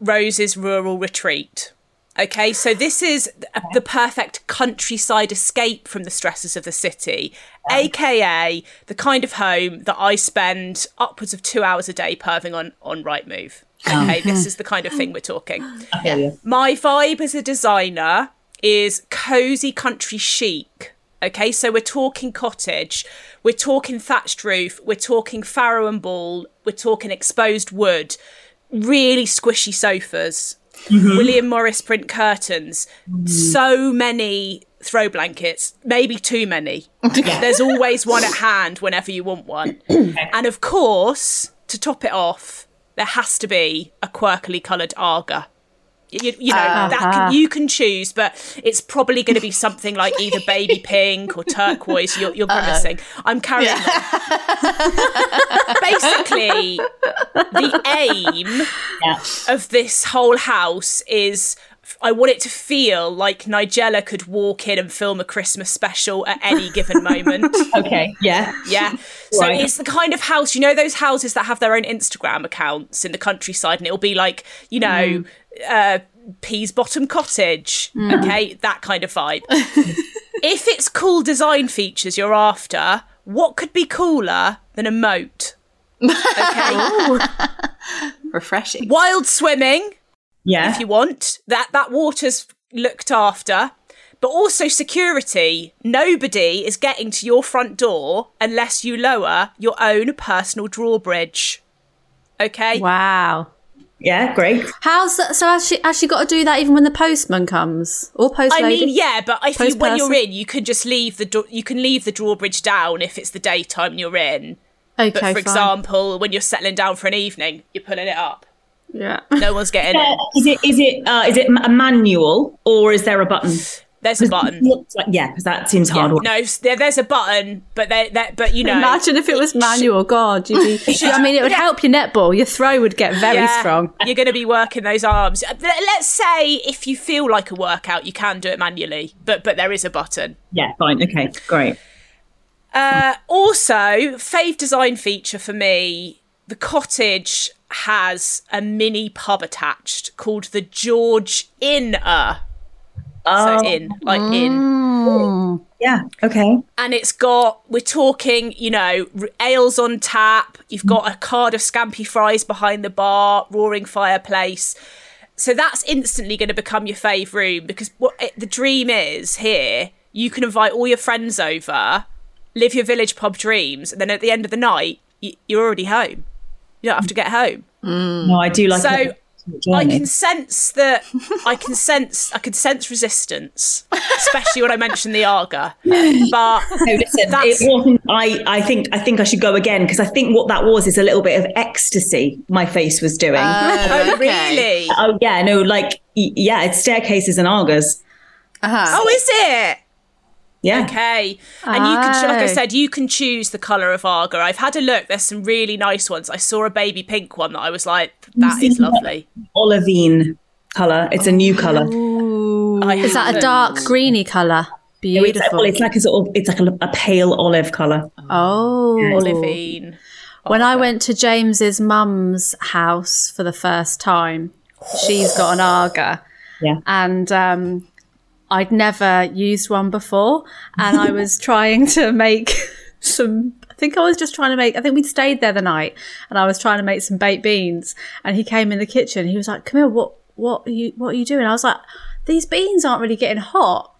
S1: Rose's rural retreat. Okay, so this is th- the perfect countryside escape from the stresses of the city, aka the kind of home that I spend upwards of two hours a day perving on on Rightmove. Okay, this is the kind of thing we're talking. My vibe as a designer is cozy country chic. Okay, so we're talking cottage, we're talking thatched roof, we're talking farrow and ball, we're talking exposed wood, really squishy sofas, William Morris print curtains, so many throw blankets, maybe too many. There's always one at hand whenever you want one. and of course, to top it off, there has to be a quirkily coloured Arga you, you know that can, you can choose but it's probably going to be something like either baby pink or turquoise you're, you're grimacing i'm carrying on <laughs> basically the aim
S4: Yeah.
S1: of this whole house is I want it to feel like Nigella could walk in and film a Christmas special at any given moment.
S4: Okay. Yeah.
S1: Yeah. So
S4: Right.
S1: it's the kind of house, you know, those houses that have their own Instagram accounts in the countryside, and it'll be like, you know, uh, Peas Bottom Cottage. Okay. That kind of vibe. if it's cool design features you're after, what could be cooler than a moat? Okay.
S2: Refreshing.
S1: Wild swimming
S4: Yeah.
S1: if you want. That that water's looked after. But also security. Nobody is getting to your front door unless you lower your own personal drawbridge. Okay?
S3: Wow.
S4: yeah. Great.
S3: How's that? So has she, has she got to do that even when the postman comes or post
S1: I
S3: lady?
S1: mean, yeah, but if you, when
S3: Postperson?
S1: you're in, you can just leave the do- you can leave the drawbridge down if it's the daytime you're in.
S3: Okay,
S1: But for
S3: fine.
S1: example, when you're settling down for an evening, you're pulling it up.
S3: yeah. <laughs>
S1: No one's getting
S4: Uh,
S1: in.
S4: is it is it uh, is it a manual or is there a button?
S1: There's a button.
S4: <laughs> Looks like yeah, because that seems hard. work.
S1: No, there, there's a button, but there, there, but you know,
S3: Imagine if it was manual. God, you'd be,
S1: <laughs>
S3: I mean, it would help your netball. Your throw would get very
S1: Yeah,
S3: strong.
S1: You're going to be working those arms. Uh, let- Let's say if you feel like a workout, you can do it manually, but but there is a button.
S4: Yeah. Fine. Okay. Great.
S1: Uh, also, fave design feature for me the cottage has a mini pub attached called the George Inn. So, inn, like inn.
S4: yeah. Okay.
S1: and it's got we're talking you know r- ales on tap you've got a card of scampy fries behind the bar roaring fireplace so that's instantly going to become your fave room because what it, the dream is here you can invite all your friends over live your village pub dreams and then at the end of the night y- you're already home you don't have to get home
S4: No, I do like.
S1: So,
S4: it.
S1: I can sense that I can sense I can sense resistance, especially when I mention the Arga. But
S4: No, listen,
S1: That's-
S4: it wasn't. I, I think I think I should go again because I think what that was is a little bit of ecstasy my face was doing.
S1: oh really?
S4: oh yeah, no, like y- yeah, it's staircases and argas.
S2: Uh-huh.
S1: Oh, is it?
S4: Yeah,
S1: Okay. And you can, like I
S2: Oh.
S1: said, you can choose the colour of Arga. I've had a look. There's some really nice ones. I saw a baby pink one that I was like, that is lovely.
S4: olivine color. It's a new
S3: Oh,
S4: color.
S1: I
S3: Is that a
S1: haven't.
S3: dark greeny colour?
S4: It's like,
S3: Beautiful.
S4: well, it's like a sort of it's like a, a pale olive color.
S3: oh,
S1: Olivine.
S3: When I went to James's mum's house for the first time, she's got an Arga.
S4: Yeah.
S3: And um, I'd never used one before. And I was trying to make <laughs> some, I think I was just trying to make, I think we'd stayed there the night and I was trying to make some baked beans. And he came in the kitchen. He was like, come here, what, what, are you, what are you doing? I was like, these beans aren't really getting hot.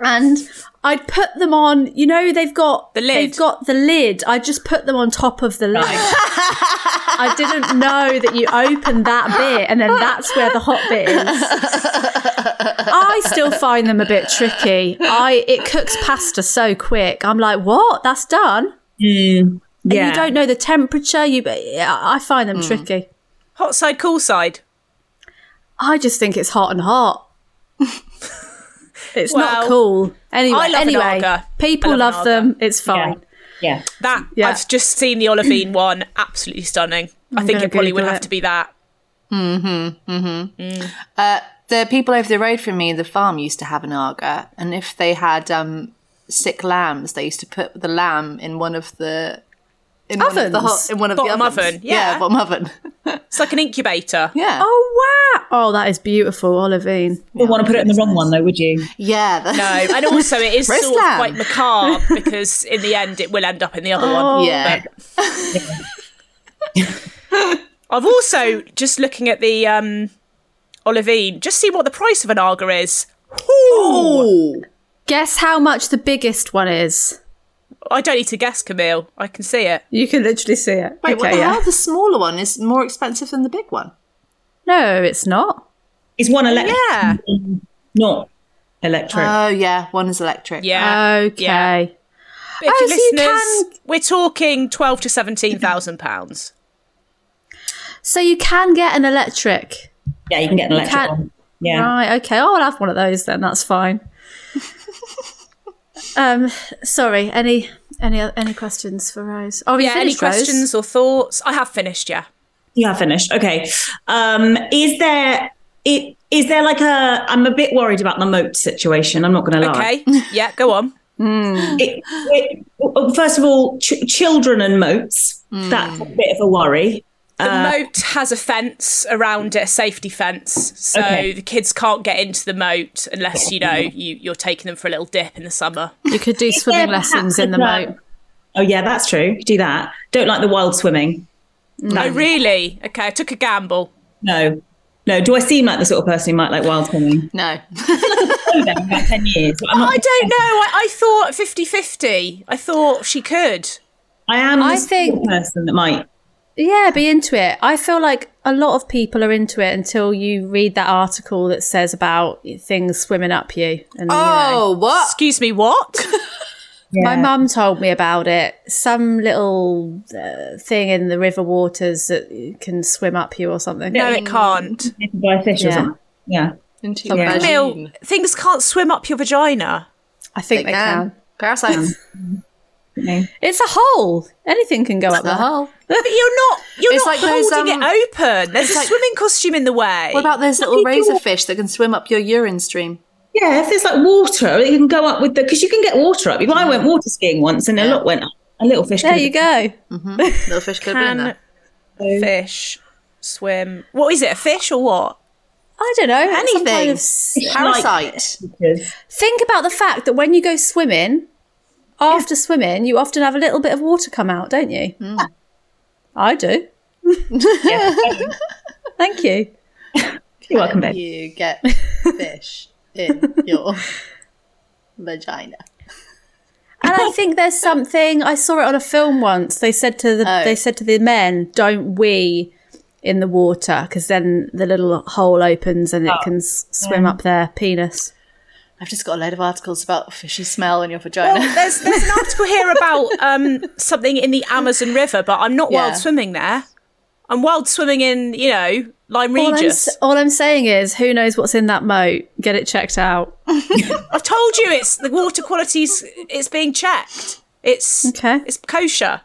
S3: And I'd put them on, you know, they've got
S1: The lid.
S3: They've got the lid. I just put them on top of the lid. <laughs> I didn't know that you open that bit and then that's where the hot bit is. I still find them a bit tricky. I it cooks pasta so quick. I'm like, what? That's done. And
S4: Yeah,
S3: You don't know the temperature. You, I I find
S1: Hmm.
S3: them tricky.
S1: Hot side, cool side.
S3: I just think it's hot and hot. it's
S1: Well,
S3: not cool. Anyway,
S1: I love an
S3: anyway,
S1: Arga.
S3: people
S1: I love an
S3: love them. It's fine.
S4: yeah.
S1: That,
S3: Yeah.
S1: I've just seen the Olivine one. Absolutely stunning. I think
S3: gonna
S1: it probably would
S3: Google
S1: have
S3: it.
S1: to be that.
S2: Uh, the people over the road from me, the farm used to have an arga, and if they had um, sick lambs, they used to put the lamb in one of the in one of the
S3: Ovens?
S2: hot, in one of
S1: Bottom
S2: the ovens.
S1: oven, yeah.
S2: bottom oven. <laughs>
S1: It's like an incubator.
S2: yeah,
S3: Oh wow! Oh, that is beautiful, Olivine.
S4: You wouldn't want to put it in the wrong one though, would you?
S2: yeah. that-
S1: No,
S2: <laughs>
S1: and also it is sort
S2: Wrist
S1: of
S2: lamb.
S1: quite macabre because in the end it will end up in the other
S2: Oh.
S1: one.
S2: yeah.
S1: I've also just looking at the um, Olivine, just see what the price of an Arga is.
S2: Ooh.
S3: Guess how much the biggest one is.
S1: I don't need to guess, Camille. I can see it.
S3: You can literally see it.
S2: Wait, what the hell? The smaller one is more expensive than the big one.
S3: No, it's not.
S4: It's one electric,
S1: Yeah.
S4: not electric.
S3: Uh,
S2: Oh yeah, one is electric.
S1: Yeah.
S3: okay.
S1: Uh, Yeah. But if
S3: Uh, Oh,
S1: you
S3: so you
S1: listeners, we're talking twelve to seventeen thousand pounds.
S3: So you can get an electric.
S4: yeah, you can get an electric
S3: can't-
S4: one. Yeah.
S3: Right, okay. Oh, I'll have one of those then. That's fine.
S1: <laughs>
S3: um, sorry. Any any any questions for Rose? Oh,
S1: Yeah. Any questions or thoughts? I have finished. Yeah.
S4: You have finished. Okay. Um, is there it is there like a I'm a bit worried about the moat situation. I'm not going to lie.
S1: Okay.
S3: <laughs>
S1: Yeah. Go on.
S4: It- it- well, first of all, ch- children and moats.
S3: Hmm.
S4: That's a bit of a worry.
S1: The
S3: Uh,
S1: moat has a fence around it, a safety fence, so
S4: Okay.
S1: the kids can't get into the moat unless you
S3: <laughs>
S1: know you, you're taking them for a little dip in the summer.
S3: You could do swimming
S4: Yeah,
S3: lessons in the
S4: perhaps,
S3: moat.
S4: Oh yeah, that's true. Do that. Don't like the wild swimming.
S3: Mm.
S1: Oh, really? Okay, I took a gamble.
S4: No. No. Do I seem like the sort of person who might like wild swimming?
S2: <laughs> No.
S4: I've been about ten years. but I'm not,
S1: I don't know. I, I thought 50 50. I thought she could.
S4: I am.
S3: I
S4: I think
S3: think-
S4: person that might.
S3: Yeah, be into it. I feel like a lot of people are into it until you read that article that says about things swimming up you. And, you know.
S2: Oh what?
S1: Excuse me, what?
S3: My mum told me about it. Some little uh, thing in the river waters that can swim up you or something.
S1: No, it can't.
S4: By a fish or
S3: Yeah.
S4: something. Yeah.
S2: Into your vagina.
S1: Bill, things can't swim up your
S2: <laughs>
S1: vagina.
S3: I think they, can.
S2: Can. Parasites.
S3: It's a hole. Anything can go up
S2: The
S3: there.
S2: whole.
S1: But you're not. You're
S2: It's
S1: not
S2: like those,
S1: holding
S2: um,
S1: it open. There's a
S2: like-
S1: swimming costume in the way.
S2: What about those little razor fish that can swim up your urine stream?
S4: Yeah, if there's like water, you can go up with the because you can get water up. I went water skiing once, and a lot went up. A little fish.
S3: There
S4: could
S3: you
S4: have
S3: go.
S2: Little fish could have been in
S1: Can
S2: there.
S1: fish swim? What is it? A fish or what?
S3: I don't know. it's some
S2: Anything.
S3: kind of s-
S2: Parasite.
S4: been fishes.
S3: Think about the fact that when you go swimming, after swimming, you often have a little bit of water come out, don't you? I do.
S4: Yeah.
S3: Thank you.
S4: You're welcome, babe.
S2: You get fish in your vagina.
S3: And I think there's something I saw it on a film once. They said to the
S2: Oh.
S3: they said to the men, "Don't wee in the water because then the little hole opens and it can s- swim up their penis."
S2: I've just got a load of articles about fishy smell in your <laughs> vagina.
S1: There's there's an article here about um, something in the Amazon River, but I'm not
S2: Yeah.
S1: wild swimming there. I'm wild swimming in you know Lyme
S3: All I'm,
S1: Regis.
S3: s- all I'm saying is, who knows what's in that moat? Get it checked out.
S1: I've told you it's the water quality's it's being checked. It's
S3: Okay.
S1: It's kosher.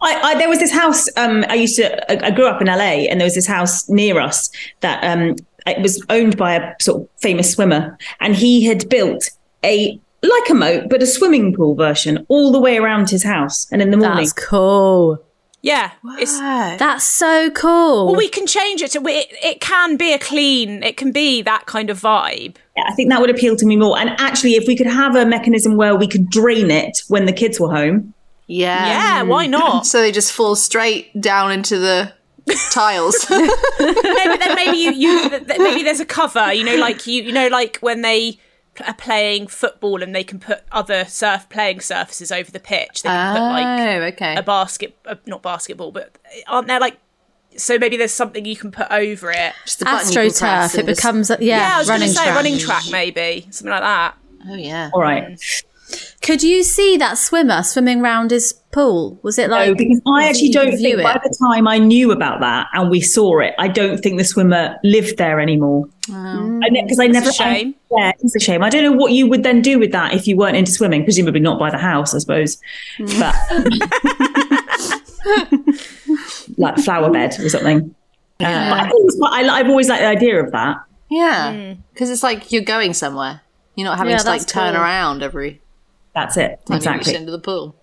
S4: I, I, there was this house. Um, I used to. I, I grew up in LA, and there was this house near us that um, it was owned by a sort of famous swimmer, and he had built a like a moat, but a swimming pool version all the way around his house. And in the morning,
S3: That's cool.
S1: Yeah, it's
S3: That's so cool.
S1: Well, we can change it to it, it can be a clean it can be that kind of vibe
S4: yeah, I think that would appeal to me more. And actually, if we could have a mechanism where we could drain it when the kids were home,
S2: yeah.
S1: yeah why
S3: Mm. <laughs>
S1: not
S2: So they just fall straight down into the tiles. <laughs>
S1: maybe then maybe you, you th- th- maybe there's a cover you know like you you know like when they pl- are playing football and they can put other surf playing surfaces over the pitch they can put
S3: Oh,
S1: like
S2: okay.
S1: a basket uh, not basketball but uh, aren't there like so maybe there's something you can put over it
S2: Just the button you can press
S3: astroturf. It
S2: and just-
S3: becomes a-
S1: yeah i
S3: yeah,
S1: was
S3: running
S1: gonna say
S3: track.
S1: running track maybe something like that
S2: Oh yeah.
S4: all right.
S3: Could you see that swimmer swimming round his pool? Was it like
S4: No, because I
S3: did
S4: actually
S3: you
S4: don't
S3: view
S4: think by
S3: it?
S4: the time I knew about that and we saw it, I don't think the swimmer lived there anymore. Because I, never.
S1: a shame.
S4: I- yeah, it's a shame. I don't know what you would then do with that if you weren't into swimming. Presumably not by the house, I suppose.
S1: Mm. <laughs>
S4: But like flower bed or something. Uh, but I think it's quite, I, I've always liked the idea of that.
S2: Yeah. Because it's like you're going somewhere. You're not having
S3: Yeah,
S2: to like
S3: that's
S2: turn
S3: cool.
S2: around every
S4: That's it.
S2: time you
S4: exactly.
S2: reach into the pool.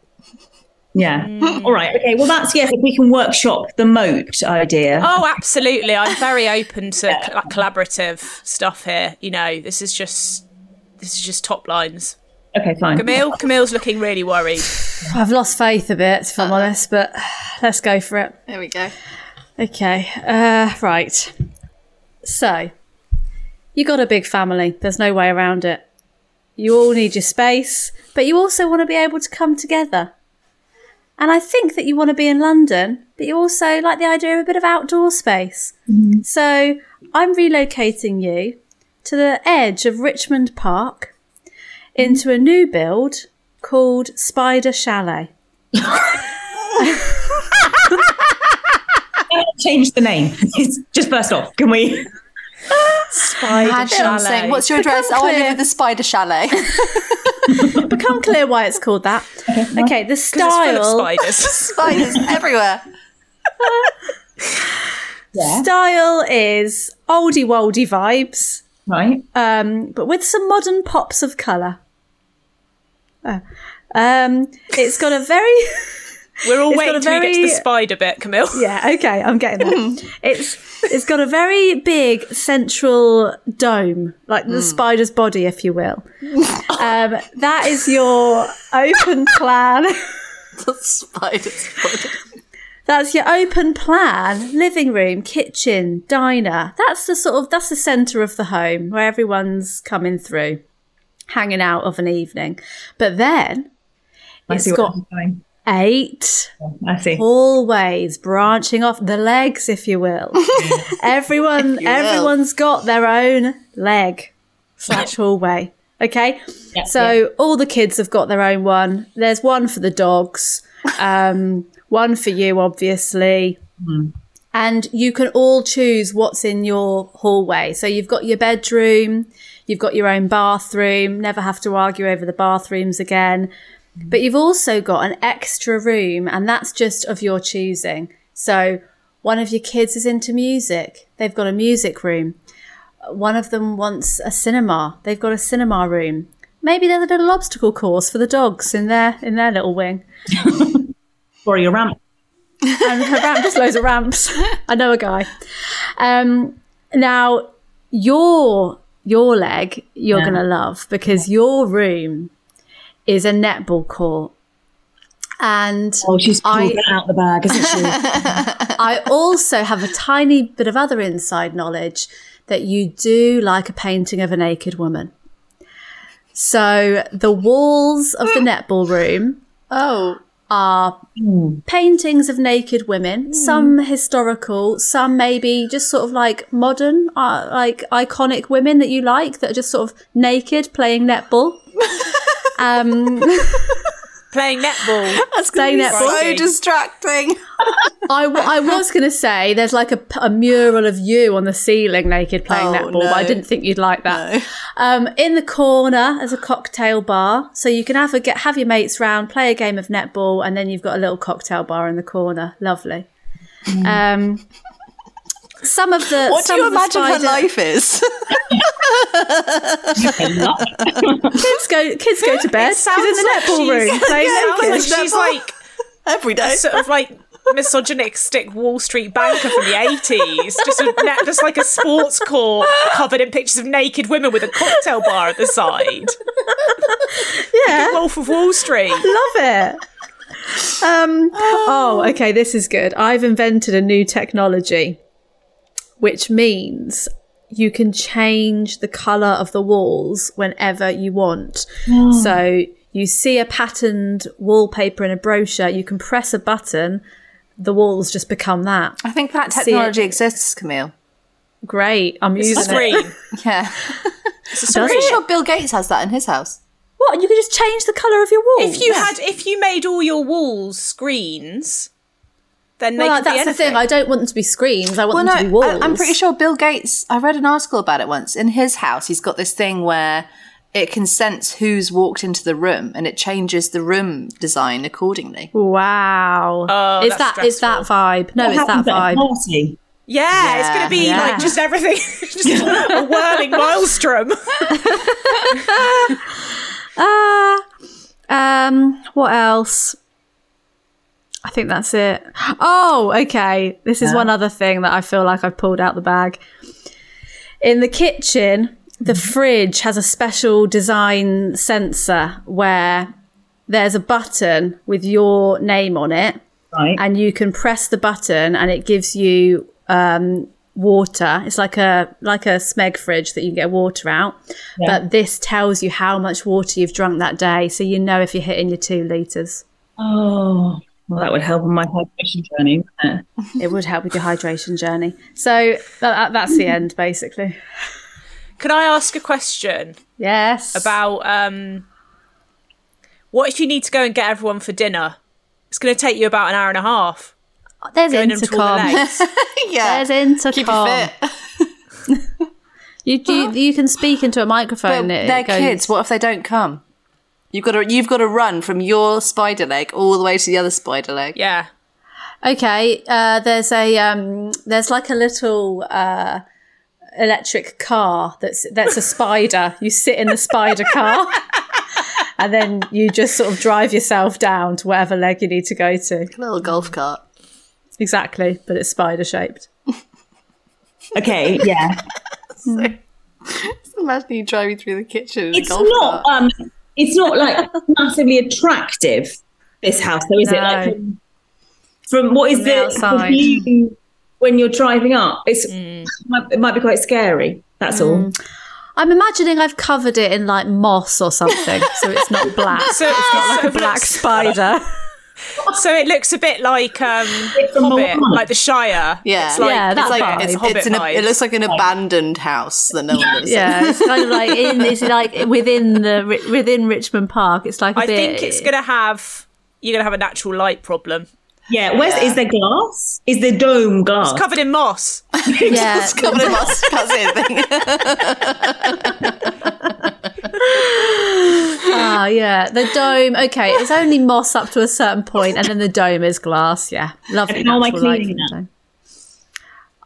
S4: Yeah. All right. Okay. Well, that's yeah. If we can workshop the moat idea.
S1: Oh, absolutely. I'm very open to cl- like, collaborative stuff here. You know, this is just this is just top lines.
S4: okay. Fine.
S1: Camille, Camille's looking really worried.
S3: I've lost faith a bit, if I'm
S1: Uh,
S3: honest, but <sighs> let's go for it.
S2: There we go.
S3: Okay, uh, right. So, you got a big family. There's no way around it. You all need your space, but you also want to be able to come together. And I think that you want to be in London, but you also like the idea of a bit of outdoor space. So, I'm relocating you to the edge of Richmond Park into a new build called Spider Chalet.
S4: Why not change the name. <laughs> It's just first off, can we?
S1: Spider
S2: Imagine saying, "What's your address?"
S3: Become
S2: Oh, I live
S3: clear.
S2: at the Spider Chalet. <laughs>
S3: Become clear why it's called that. Okay, the
S1: full of
S3: style. <laughs>
S1: spiders.
S2: Spiders everywhere.
S3: Style is oldie woldy vibes,
S4: Right.
S3: um, but with some modern pops of colour. Oh. Um, it's got a very <laughs>
S1: We're all
S3: It's
S1: waiting
S3: got a
S1: till we get to the
S3: very-
S1: spider bit, Camille.
S3: yeah okay I'm getting there. <laughs> it's it's got a very big central dome like the spider's body if you will. Um, that is your open plan. <laughs>
S2: The spiders.
S3: That's your open plan, living room, kitchen, diner. That's the sort of that's the centre of the home where everyone's coming through, hanging out of an evening. But then
S4: I
S3: it's
S4: see
S3: got
S4: what you're doing.
S3: eight
S4: I see.
S3: hallways branching off the legs, if you will. Everyone, everyone's got their own leg slash hallway. Okay, so all the kids have got their own one. There's one for the dogs, um, <laughs> one for you, obviously. And you can all choose what's in your hallway. So you've got your bedroom, you've got your own bathroom, never have to argue over the bathrooms again. But you've also got an extra room, and that's just of your choosing. So, one of your kids is into music, they've got a music room. one of them wants a cinema. They've got a cinema room. Maybe there's a little obstacle course for the dogs in their in their little wing.
S4: Or your ramp.
S3: and her ramps, loads of ramps. <laughs> I know a guy. Um, now your your leg you're
S4: Yeah.
S3: gonna love because your room is a netball court, and
S4: Oh, she's pulled
S3: I-
S4: it out the bag, <laughs> isn't she?
S3: I also have a tiny bit of other inside knowledge that you do like a painting of a naked woman. So the walls of the netball room
S2: Oh,
S3: are paintings of naked women, some historical, some maybe just sort of like modern, uh, like iconic women that you like that are just sort of naked playing netball. um,
S1: <laughs> Playing netball.
S2: that's gonna
S3: Say
S2: be
S3: that,
S2: so
S1: Rosie.
S2: <laughs> distracting.
S3: I, w- I was going to say there's like a, p- a mural of you on the ceiling naked playing
S2: Oh,
S3: netball, but I
S2: no.
S3: didn't think you'd like that. Um, in the corner there's a cocktail bar, so you can have a get have your mates round, play a game of netball, and then you've got a little cocktail bar in the corner. Lovely. Um, some of the
S2: Mm. What do
S3: some
S2: you
S3: of the
S2: imagine her
S3: spider-
S2: life is? <laughs>
S3: Kids go kids go
S2: <laughs>
S3: to bed. She's in the
S1: like
S3: netball
S1: she's- <laughs>
S3: room playing
S1: it
S3: netball.
S1: sounds like she's like
S2: Every day.
S1: sort of like misogynistic Wall Street banker from the eighties, just a net, just like a sports court covered in pictures of naked women with a cocktail bar at the side.
S3: <laughs> Yeah.
S1: Wolf of Wall Street.
S3: love it. Um, oh. okay, this is good. I've invented a new technology, which means you can change the color of the walls whenever you want. So you see a patterned wallpaper in a brochure, you can press a button, the walls just become that.
S2: I think that
S3: it.
S2: technology exists, Camille.
S3: Great, I'm
S1: It's a
S3: using it.
S1: screen.
S2: Yeah.
S1: It's a screen.
S2: Pretty sure Bill Gates has that in his house.
S3: What? You can just change the color of your wall.
S1: If you had, if you made all your walls screens, then they
S3: well,
S1: could be
S3: that's the
S1: anything.
S3: thing. I don't want them to be screens. I want
S2: Well,
S3: them
S2: no,
S3: to be walls.
S2: I, I'm pretty sure Bill Gates. I read an article about it once. In his house, he's got this thing where it can sense who's walked into the room, and it changes the room design accordingly.
S3: Wow.
S1: Oh,
S3: it's
S1: that's
S3: that it's that vibe. No,
S4: What
S3: it's that
S4: happens at a
S3: vibe.
S4: party?
S1: yeah, it's going to be
S3: Yeah.
S1: like just everything, <laughs> just
S3: <laughs>
S1: a whirling maelstrom.
S3: Ah. um what else? I think that's it. Oh, okay. This is one other thing that I feel like I've pulled out the bag. In the kitchen, the fridge has a special design sensor where there's a button with your name on it.
S4: Right.
S3: and you can press the button and it gives you um, water. It's like a like a Smeg fridge that you can get water out, but this tells you how much water you've drunk that day, so you know if you're hitting your two liters.
S4: Oh, well, that would help on my hydration journey, wouldn't it?
S3: It would help with your hydration journey. So that, that- that's the end, basically.
S1: Can I ask a question?
S3: Yes.
S1: about um what if you need to go and get everyone for dinner? It's going to take you about an hour and a half.
S3: there's
S1: Going into all the
S3: intercom.
S1: legs.
S2: Yeah,
S3: <laughs> There's intercom.
S2: keep it fit.
S3: <laughs> You, you you can speak into a microphone.
S2: But
S3: it
S2: they're
S3: goes-
S2: kids. What if they don't come? You've got to you've got to run from your spider leg all the way to the other spider leg.
S1: Yeah.
S3: Okay, uh, there's a um, there's like a little uh, electric car that's that's a spider. You sit in the spider car, and then you just sort of drive yourself down to whatever leg you need to go to.
S2: Little golf cart.
S3: Exactly, but it's spider shaped.
S4: Okay, yeah.
S2: Imagine you driving through the kitchen. In
S4: it's
S2: a golf
S4: not.
S2: Cart.
S4: Um, it's not like massively attractive. This house, though, is it?
S3: No.
S4: Like from, from what is
S3: From the
S4: the,
S3: outside.
S4: <laughs> view when you're driving up? It's might, it might be quite scary. That's all.
S3: I'm imagining I've covered it in like moss or something, so it's not black.
S1: <laughs> So it's not
S3: a black spider.
S1: So it looks a bit like um
S4: from
S1: Hobbit,
S4: Moana.
S1: like the Shire.
S2: Yeah.
S1: It's like,
S3: Yeah,
S1: it's
S3: that
S1: like
S3: vibe.
S1: it's
S3: It's
S1: Hobbit
S2: It's an,
S1: vibes.
S2: it looks like an abandoned house that no one lives in.
S3: Yeah, it's kind of like in it's like within the Ri- within Richmond Park. It's like a
S1: I
S3: bit.
S1: think it's going to have you're going to have a natural light problem.
S4: Yeah. Where's is there glass? Is there dome glass?
S1: It's covered in moss.
S3: <laughs> yeah,
S2: Covered in moss.
S3: <laughs>
S2: Can't see anything.
S3: Ah, yeah. The dome. Okay, it's only moss up to a certain point, and then the dome is glass. Yeah, lovely.
S4: And how am I
S3: natural light
S4: cleaning
S3: from the
S4: that?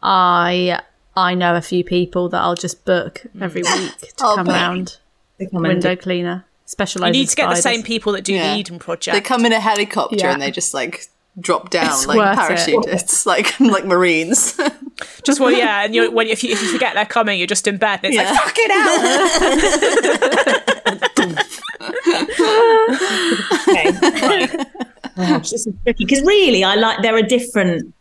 S3: dome. I I know a few people that I'll just book every week to
S2: Oh,
S3: come
S2: book.
S3: round.
S4: They come in-
S3: Window cleaner.
S1: You
S3: Specialised.
S1: need to get the
S3: spiders.
S1: same people that do
S2: Yeah.
S1: the Eden project.
S2: They come in a helicopter
S3: Yeah.
S2: and they just like drop down
S3: It's
S2: like
S3: worth it.
S2: parachutists, like <laughs>
S1: <laughs>
S2: like marines.
S1: just
S2: <laughs>
S1: well, yeah. And you, when if you, if you forget they're coming, you're just in bed. And it's
S2: Yeah.
S1: like fucking
S2: <laughs>
S1: hell.
S4: okay. right. oh, this is tricky because really, I like there are different.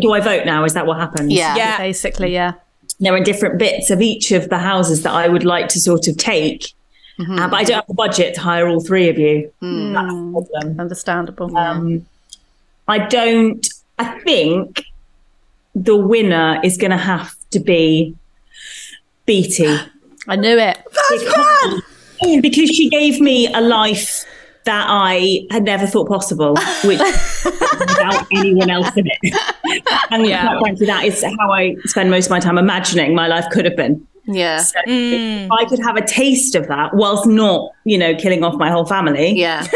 S4: Do I vote now? Is that what happens?
S1: Yeah.
S3: Basically, yeah.
S4: there are different bits of each of the houses that I would like to sort of take, uh, but I don't have the budget to hire all three of you. That's the problem.
S3: Understandable.
S4: Um, I don't. I think the winner is going to have to be Beatty
S3: I knew it.
S4: because, because she gave me a life that I had never thought possible, which without anyone else in it. And
S1: Yeah.
S4: quite frankly, that is how I spend most of my time imagining my life could have been.
S2: Yeah.
S4: So if I could have a taste of that whilst not, you know, killing off my whole family.
S3: <laughs>
S2: Yeah.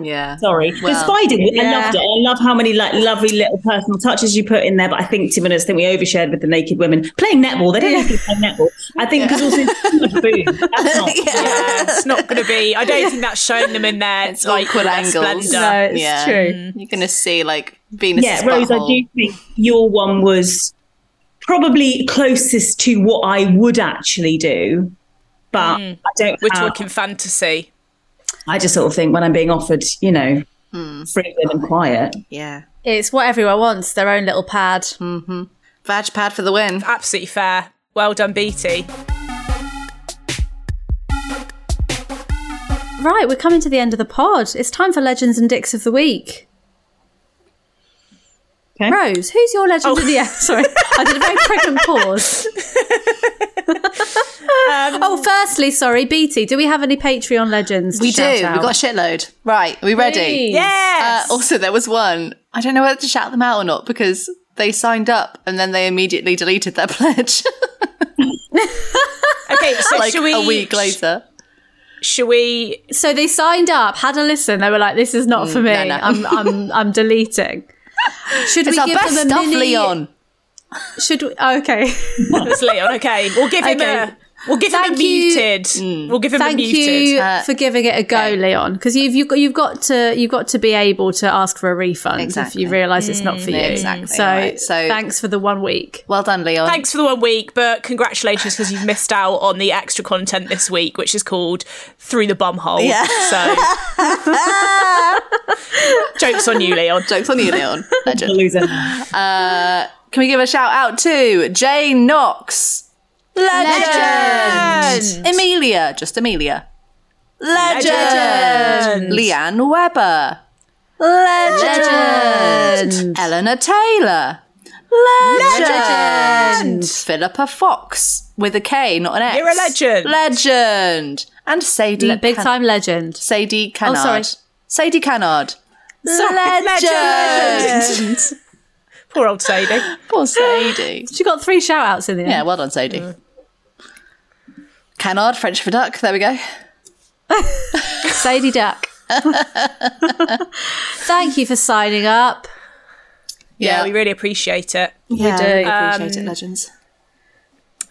S2: <laughs> yeah.
S4: Sorry. the
S2: Well,
S4: spider, I
S3: yeah.
S4: loved it. I love how many like lovely little personal touches you put in there. But I think, to be honest, I think we overshared with the naked women playing netball. They don't need to play netball. I think because also it's too much food. That's
S1: <laughs>
S4: not.
S1: Yeah, it's not going to be. I don't think that's showing them in their
S2: It's
S1: like
S2: awkward
S1: their
S2: angles.
S1: splendor.
S3: No, it's
S2: Yeah. Mm.
S3: true.
S2: You're gonna see like Venus.
S4: yeah, Rose, I do think your one was probably closest to what I would actually do. But I don't.
S1: Hmm. We're
S4: have-
S1: talking fantasy.
S4: I just sort of think when I'm being offered, you know,
S1: Hmm.
S4: freedom and quiet.
S2: Yeah.
S3: It's what everyone wants their own little pad.
S2: Badge pad for the win.
S1: Absolutely fair. Well done, BT.
S3: Right, we're coming to the end of the pod. It's time for Legends and Dicks of the Week.
S4: Okay.
S3: Rose, who's your legend of the end? <laughs> Sorry, I did a very pregnant pause. oh, firstly, sorry, BT, do we have any Patreon legends? to
S2: We do.
S3: shout
S2: We've
S3: out?
S2: got a shitload. Right. Are we ready?
S3: Please.
S2: Uh,
S1: Yes.
S2: also, there was one. I don't know whether to shout them out or not because they signed up and then they immediately deleted their <laughs> pledge
S1: okay.
S3: <laughs>
S1: So
S2: like
S1: should we?
S2: a week later.
S1: Should we?
S3: So they signed up, had a listen. They were like, "This is not for me.
S2: Mm, no.
S3: I'm, I'm, I'm
S2: <laughs>
S3: deleting." Should
S2: It's
S3: we
S2: our
S3: give
S2: best
S3: them a
S2: stuff,
S3: mini?
S2: Leon.
S3: Should we? Okay.
S1: That's Leon. Okay, we'll give him
S3: Okay.
S1: a. We'll give him
S3: Thank
S1: a
S3: you.
S1: muted.
S2: Mm.
S1: We'll give him a
S3: Thank
S1: muted.
S3: you
S2: Uh,
S3: for giving it a go, Leon, because you've you've got, you've got to you've got to be able to ask for a refund
S2: Exactly.
S3: if
S2: Mm,
S3: you realise it's not for you.
S2: exactly,
S3: So,
S2: right. So-
S3: thanks for the one week.
S2: Well done, Leon.
S1: Thanks for the one week, but congratulations because you've missed out on the extra content this week, which is called Through the Bumhole.
S2: Yeah.
S3: <laughs>
S1: So jokes on you, Leon.
S2: Jokes on you, Leon.
S4: The
S2: Legend.
S4: loser.
S2: Can we give a shout out to Jane Knox? Legend. Amelia, just Amelia. Legend. Leanne Webber. Legend. Eleanor Taylor. Legend. Philippa Fox with a K, not an X.
S1: You're a legend.
S2: Legend. And Sadie.
S3: Le- big
S2: Can-
S3: time legend.
S2: Sadie Cannard.
S3: sorry.
S2: Sadie Cannard.
S1: Legend. Poor old Sadie.
S2: Poor Sadie.
S3: She got three shout outs in the end.
S2: Yeah, well done, Sadie. Canard, French for duck. There we go.
S3: Sadie Duck.
S2: <laughs>
S3: <laughs> Thank you for signing up.
S1: Yeah, we really appreciate it.
S3: do.
S2: appreciate it, legends.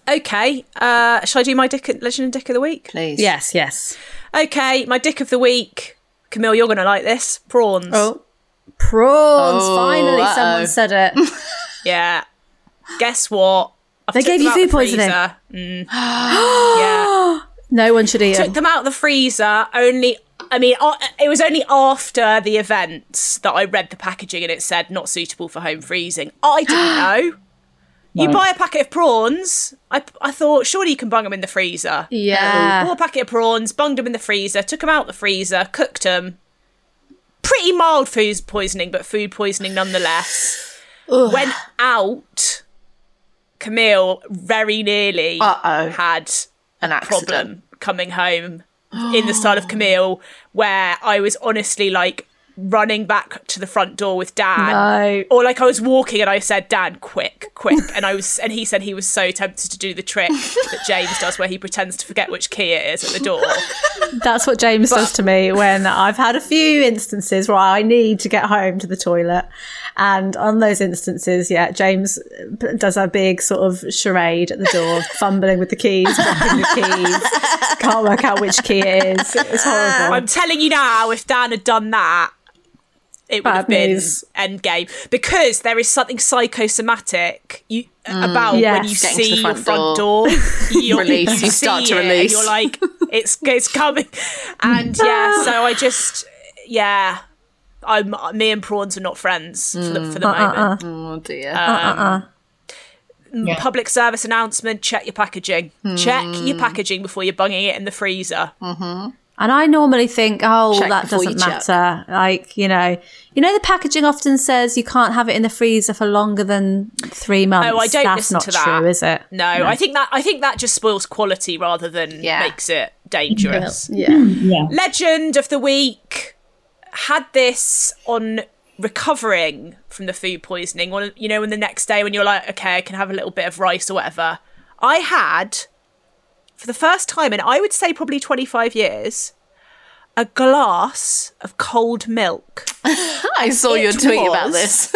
S1: Okay, uh, shall I do my dick legend and dick of the week?
S2: Please.
S3: Yes, yes.
S1: Okay, my dick of the week. Camille, you're going to like this. Prawns.
S3: Oh, prawns!
S2: Oh,
S3: Finally,
S2: uh-oh.
S3: someone said it.
S1: Yeah. Guess what? I
S3: They
S1: took
S3: gave
S1: them
S3: you
S1: out the
S3: food poisoning. <gasps>
S1: freezer. Mm. yeah.
S3: No one
S2: <laughs>
S3: should eat
S1: took
S3: them.
S1: them out of the freezer only I mean, uh, it was only after the events that I read the packaging and it said not suitable for home freezing. I didn't know. You
S4: Right.
S1: buy a packet of prawns. I, I thought surely you can bung them in the freezer. Bought
S2: Oh,
S3: Yeah.
S1: a packet of prawns, bunged them in the freezer, took them out the freezer, cooked them. Pretty mild food poisoning, but food poisoning nonetheless. Went out. Camille very nearly
S2: Uh-oh.
S1: had
S2: An accident.
S1: problem coming home in the style of Camille, where I was honestly like, running back to the front door with dad
S3: No.
S1: or like I was walking and I said, "Dad, quick, quick!" And I was, and he said he was so tempted to do the trick that James does, where he pretends to forget which key it is at the door.
S3: That's what James does to me when I've had a few instances where I need to get home to the toilet. And on those instances, yeah, James p- does a big sort of charade at the
S1: <laughs>
S3: door, fumbling with the keys, dropping the keys, can't work out which key it is. It's horrible.
S1: I'm telling you now, if Dan had done that, it would
S3: Bad
S1: have been
S3: news.
S1: endgame because there is something psychosomatic you, about when you
S3: Yes.
S2: Mm. Getting to the
S1: see
S2: front
S1: your front door,
S2: <laughs>
S1: you
S2: Release. You start
S1: see
S2: to
S1: it and
S2: release.
S1: you're like, it's it's coming,
S3: <laughs>
S1: and yeah. So I just, yeah. I'm, me and prawns are not friends for the, for the
S3: Mm.
S1: moment.
S3: Uh-uh.
S1: Mm,
S2: Oh dear.
S1: public service announcement check your packaging check
S2: Mm.
S1: your packaging before you're bunging it in the freezer
S3: And I normally think, oh,
S2: Check
S3: that
S2: before you
S3: doesn't
S2: check.
S3: matter. Like, you know, you know, the packaging often says you can't have it in the freezer for longer than three months.
S1: oh i don't
S3: That's
S1: listen
S3: not
S1: to that
S3: true, is it?
S1: no, i think that i think that just spoils quality rather than
S2: Yeah.
S1: makes it dangerous
S3: Yeah.
S1: legend of the week had this on recovering from the food poisoning on you know when the next day when you're like okay i can have a little bit of rice or whatever i had for the first time in i would say probably 25 years a glass of cold milk
S2: I saw your
S1: It
S2: tweet about
S1: was-
S2: this.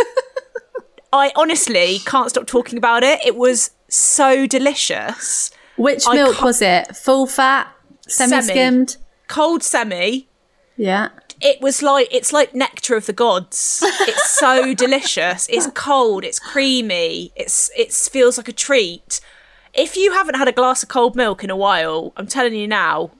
S1: I honestly can't stop talking about it. It was so delicious.
S3: Which
S1: I
S3: milk
S1: can't-
S3: was it? Full fat, semi skimmed?
S1: Cold semi.
S3: Yeah.
S1: It was like it's like nectar of the gods. It's so delicious. It's cold, it's creamy. It's it feels like a treat. If you haven't had a glass of cold milk in a while, I'm telling you now,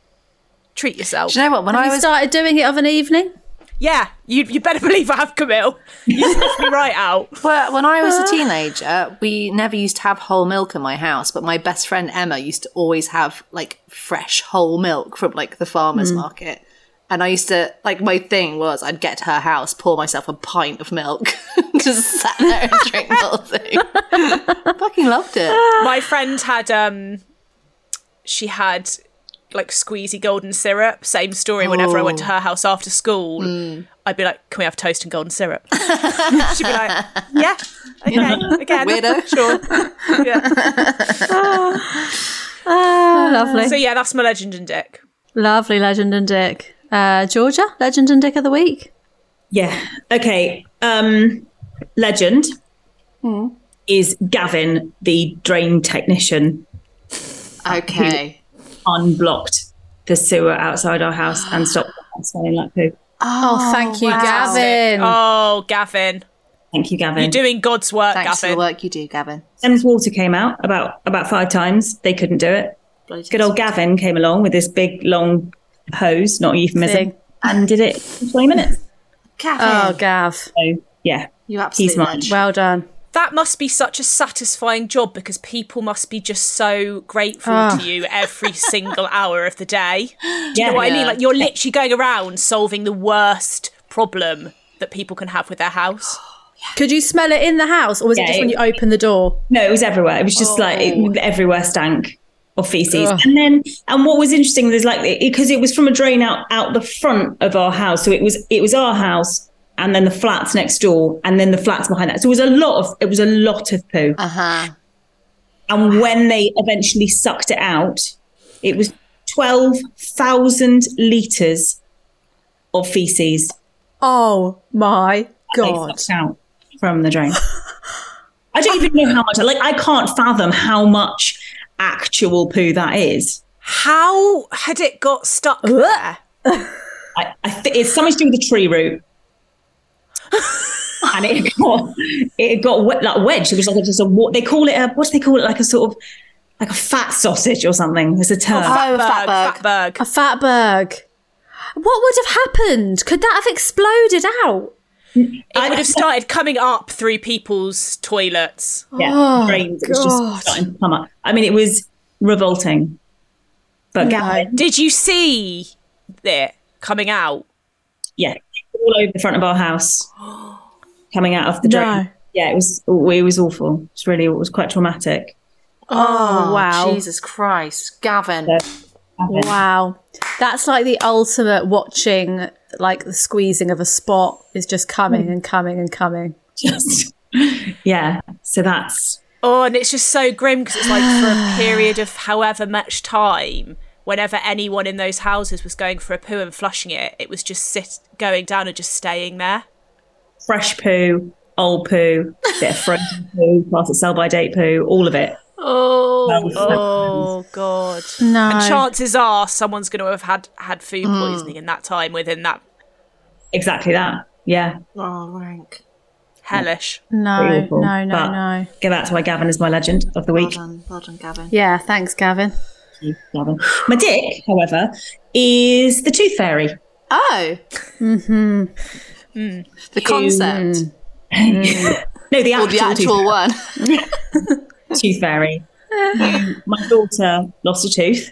S1: treat yourself.
S2: Do you know what? When I
S3: You
S2: was
S3: started doing it of an evening?
S1: Yeah, you you better <laughs> believe I have Camille. You sniffed me right out.
S2: Well, when I was a teenager, we never used to have whole milk in my house, but my best friend Emma used to always have like fresh whole milk from like the farmer's market. And I used to like my thing was I'd get to her house, pour myself a pint of milk, <laughs> just sat there and drink the whole thing. <laughs> Fucking loved it.
S1: my friend had um she had like squeezy golden syrup same story whenever i went
S2: Oh.
S1: to her house after school
S2: Mm.
S1: i'd be like can we have toast and golden
S2: <laughs>
S1: syrup she'd be like yeah okay again <laughs>
S2: Weirdo.
S1: sure yeah.
S3: Oh, lovely.
S2: <laughs>
S1: so yeah that's my legend and dick
S3: Lovely legend and dick. Uh, Georgia, legend and dick of the week.
S4: Yeah. Okay. Um, legend is Gavin, the drain technician,
S2: Okay.
S4: unblocked the sewer outside our house
S1: <gasps>
S4: and stopped smelling like poo.
S3: Oh, thank you, Gavin.
S1: oh gavin
S4: Thank you, Gavin.
S1: you're doing god's work
S2: Thanks for the
S1: gavin
S2: work you do, Gavin.
S4: Thames Water came out about about five times. They couldn't do it.
S2: Bloody
S4: Good old Gavin came along with this big long hose, not a euphemism,
S3: Thing.
S4: and did it in twenty minutes.
S3: Oh,
S2: Gavin.
S3: Gav.
S4: So yeah,
S2: you absolutely
S4: he's mine.
S2: legend.
S3: Well done.
S1: that must be such a satisfying job because people must be just so grateful
S2: Ah.
S1: to you every single hour of the day
S4: yeah,
S1: know what I
S2: Yeah.
S1: mean? Like you're literally going around solving the worst problem that people can have with their house.
S3: Could you smell it in the house or was it
S4: Yeah,
S3: just when
S4: it-
S3: you open the door?
S4: No, it was everywhere. It was just like
S1: Oh.
S4: it, everywhere stank of feces. And then, and what was interesting was like because it was from a drain out out the front of our house, so it was it was our house, and then the flats next door, and then the flats behind that. So it was a lot of it was a lot of poo.
S2: Uh huh.
S4: And when they eventually sucked it out, it was twelve thousand liters of feces
S3: Oh, my
S4: they
S3: God.
S4: sucked out from the drain. I don't even know how much. Like, I can't fathom how much actual poo that is.
S1: How had it got stuck there?
S4: I, I th- it's something to do with the tree root. and it <laughs> got it got wet, like wedged. It was like a- just a wa- they call it a what do they call it? Like a sort of like a fat sausage or something. It's a term.
S2: Oh,
S1: Fatberg,
S2: Fatberg.
S1: Fatberg.
S3: A fatberg. What would have happened? Could that have exploded out?
S1: It <laughs> would have started coming up through people's toilets.
S4: yeah, drains. It was
S3: Oh, God.
S4: just starting to come up. I mean, it was revolting. But Gavin,
S1: Did you see it coming out?
S4: yeah, all over the front of our house,
S3: <gasps>
S4: coming out of the drain.
S3: No.
S4: Yeah, it was it was awful. It's really it was quite traumatic.
S3: Oh, wow.
S2: Jesus Christ. Gavin.
S4: Happened.
S3: Wow. That's like the ultimate watching like the squeezing of a spot is just coming and coming and coming.
S4: <laughs> Just yeah. So that's
S1: Oh, and it's just so grim because it's like for <sighs> a period of however much time, whenever anyone in those houses was going for a poo and flushing it, it was just sit going down and just staying there.
S4: fresh poo, old poo, bit of frozen poo, past its sell by date poo, all of it.
S2: Oh,
S1: Oh god.
S3: No.
S1: And chances are someone's going to have had had food
S2: Mm.
S1: poisoning in that time within that
S4: Exactly that. Yeah.
S2: oh, rank.
S1: hellish.
S2: Oh,
S3: no,
S4: Pretty awful.
S3: no, no,
S4: But
S3: no.
S4: Go back to why Gavin is my legend of the
S2: Well
S4: week.
S2: done, well done, Gavin.
S3: Yeah, thanks, Gavin.
S4: Gavin. My dick, however, is the tooth fairy.
S2: Oh, mm-hmm. the concept
S4: No, the
S2: or
S4: actual,
S2: the
S4: tooth,
S2: actual one.
S4: tooth fairy. Um, my daughter lost a tooth.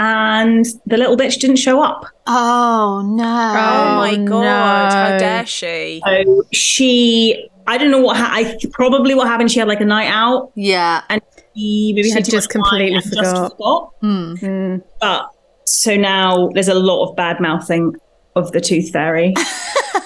S4: And the little bitch didn't show up.
S2: Oh no!
S1: Oh, my god, how
S3: no.
S1: dare she?
S4: So she, I don't know what, ha- I probably what happened. She had like a night out
S2: Yeah,
S4: and he maybe
S3: She
S4: had too
S3: just
S4: much wine
S3: completely
S4: and
S3: forgot.
S4: Just forgot. But so now there's a lot of bad mouthing of the tooth fairy.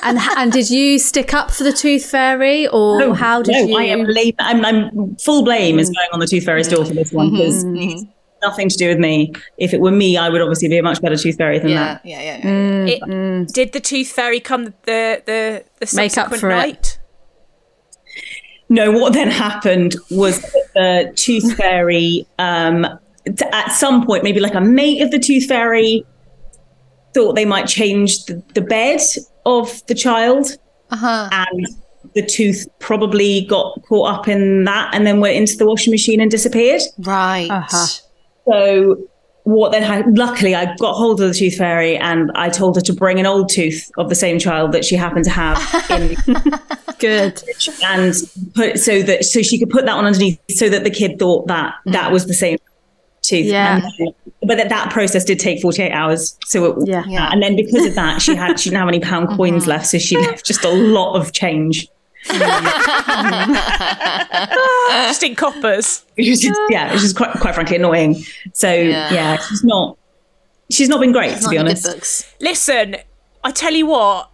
S3: And and did you stick up for the tooth fairy, or how did
S4: Oh, no,
S3: you? Mm.
S4: I am blame, I'm, I'm full blame is going on the tooth fairy's door for this one
S3: Mm-hmm,
S4: because it's nothing to do with me. If it were me, I would obviously be a much better tooth fairy than
S2: yeah,
S4: that.
S2: yeah, yeah. yeah.
S1: It-
S2: mm.
S1: Did the tooth fairy come the the the
S3: Make up
S1: subsequent
S3: for it.
S1: night?
S4: No, what then happened was that the
S3: <laughs>
S4: tooth fairy, um, t- at some point, maybe like a mate of the tooth fairy, thought they might change the, the bed of the child.
S3: Uh-huh.
S4: And the tooth probably got caught up in that and then went into the washing machine and disappeared.
S2: Right.
S3: Uh-huh.
S4: So, what then happened? Luckily, I got hold of the tooth fairy and I told her to bring an old tooth of the same child that she happened to have in
S3: <laughs> Good.
S4: and put so that so she could put that one underneath so that the kid thought that that was the same tooth.
S3: Mm. Yeah.
S4: And- but that, that process did take 48 hours. So it,
S3: Yeah. Mm-hmm.
S2: Yeah.
S4: And then because of that, she had she didn't have
S3: <laughs>
S4: any pound coins left, so she left just a lot of change. <laughs>
S1: Just in coppers.
S4: It was just, yeah, it was just quite quite frankly annoying. So
S2: Yeah.
S4: yeah, she's not she's not been great to
S2: Not
S4: be
S2: in the
S4: honest.
S2: good books.
S1: Listen, I tell you what,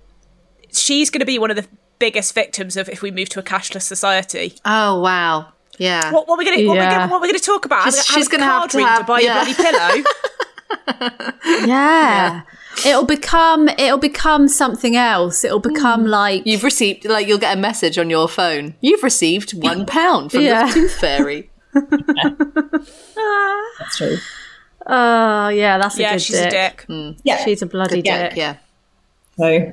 S1: she's going to be one of the biggest victims of if we move to a cashless society.
S2: Oh wow! Yeah.
S1: What, what are we going to
S3: Yeah.
S1: what we going to talk about? I'm
S2: She's-
S1: gonna
S2: she's gonna
S1: a
S2: have
S1: card
S2: to
S1: reader
S2: have-
S1: by
S2: yeah. <laughs>
S1: your bloody pillow.
S3: Yeah. It'll become it'll become something else. It'll become like
S2: You've received like you'll get a message on your phone. You've received one pound from
S3: Yeah.
S2: the tooth fairy.
S4: That's true.
S3: oh yeah, that's a
S1: yeah,
S3: good
S1: she's
S3: dick.
S1: a dick.
S2: Mm.
S4: Yeah.
S3: She's a bloody
S4: Yeah.
S3: dick.
S2: Yeah.
S4: so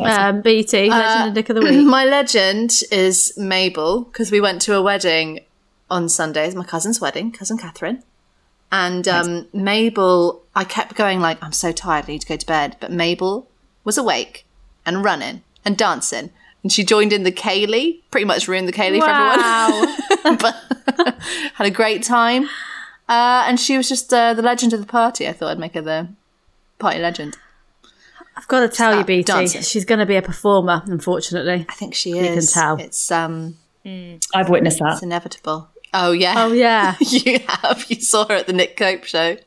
S3: Um, BT, legend of dick of the week.
S2: My legend is Mabel because we went to a wedding on Sundays, my cousin's wedding, cousin Catherine, and um, Mabel. I kept going like, I'm so tired, I need to go to bed, but Mabel was awake and running and dancing, and she joined in the Kaylee, pretty much ruined the Kaylee for everyone.
S3: Wow.
S2: <laughs> but <laughs> had a great time. Uh, and she was just uh, the legend of the party. I thought I'd make her the party legend.
S3: <laughs> I've got to tell you,
S2: Stop
S3: BT,
S2: dancing.
S3: she's going to be a performer, unfortunately.
S2: I think she is.
S3: can tell.
S2: It's um,
S4: I've witnessed that.
S2: it's inevitable. Oh yeah.
S3: Oh yeah.
S2: <laughs> you have. You saw her at the Nick Cope show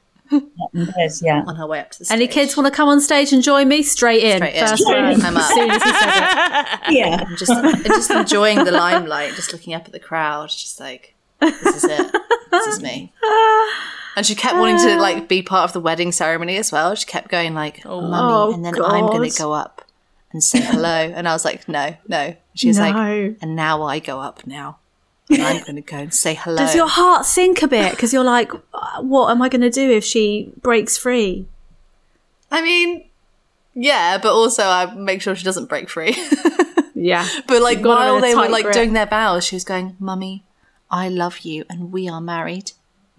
S4: Yes, yeah.
S2: on her way up to the stage.
S3: Any kids want to come on stage and join me? Straight in.
S2: Straight in.
S3: First
S2: Straight
S3: word.
S2: in. <laughs> I'm
S3: As
S2: up.
S3: soon as he said it.
S4: Yeah.
S2: I'm just, I'm just enjoying the limelight, just looking up at the crowd, just like this is it, this is me. And she kept wanting to like be part of the wedding ceremony as well. She kept going like, oh, "Mummy," and then I'm going to
S3: God.
S2: go up and say hello. And I was like, "No, no." She was
S3: No.
S2: like, "And now I go up now, and I'm going to go and say hello."
S3: Does your heart sink a bit? Because you're like, what am I going to do if she breaks free?
S2: I mean, yeah, but also I make sure she doesn't break free. <laughs>
S3: Yeah.
S2: But like
S3: got her in
S2: while
S3: a
S2: they were
S3: tight
S2: like
S3: grip.
S2: doing their vows, she was going, "Mummy, I love you, and we are married."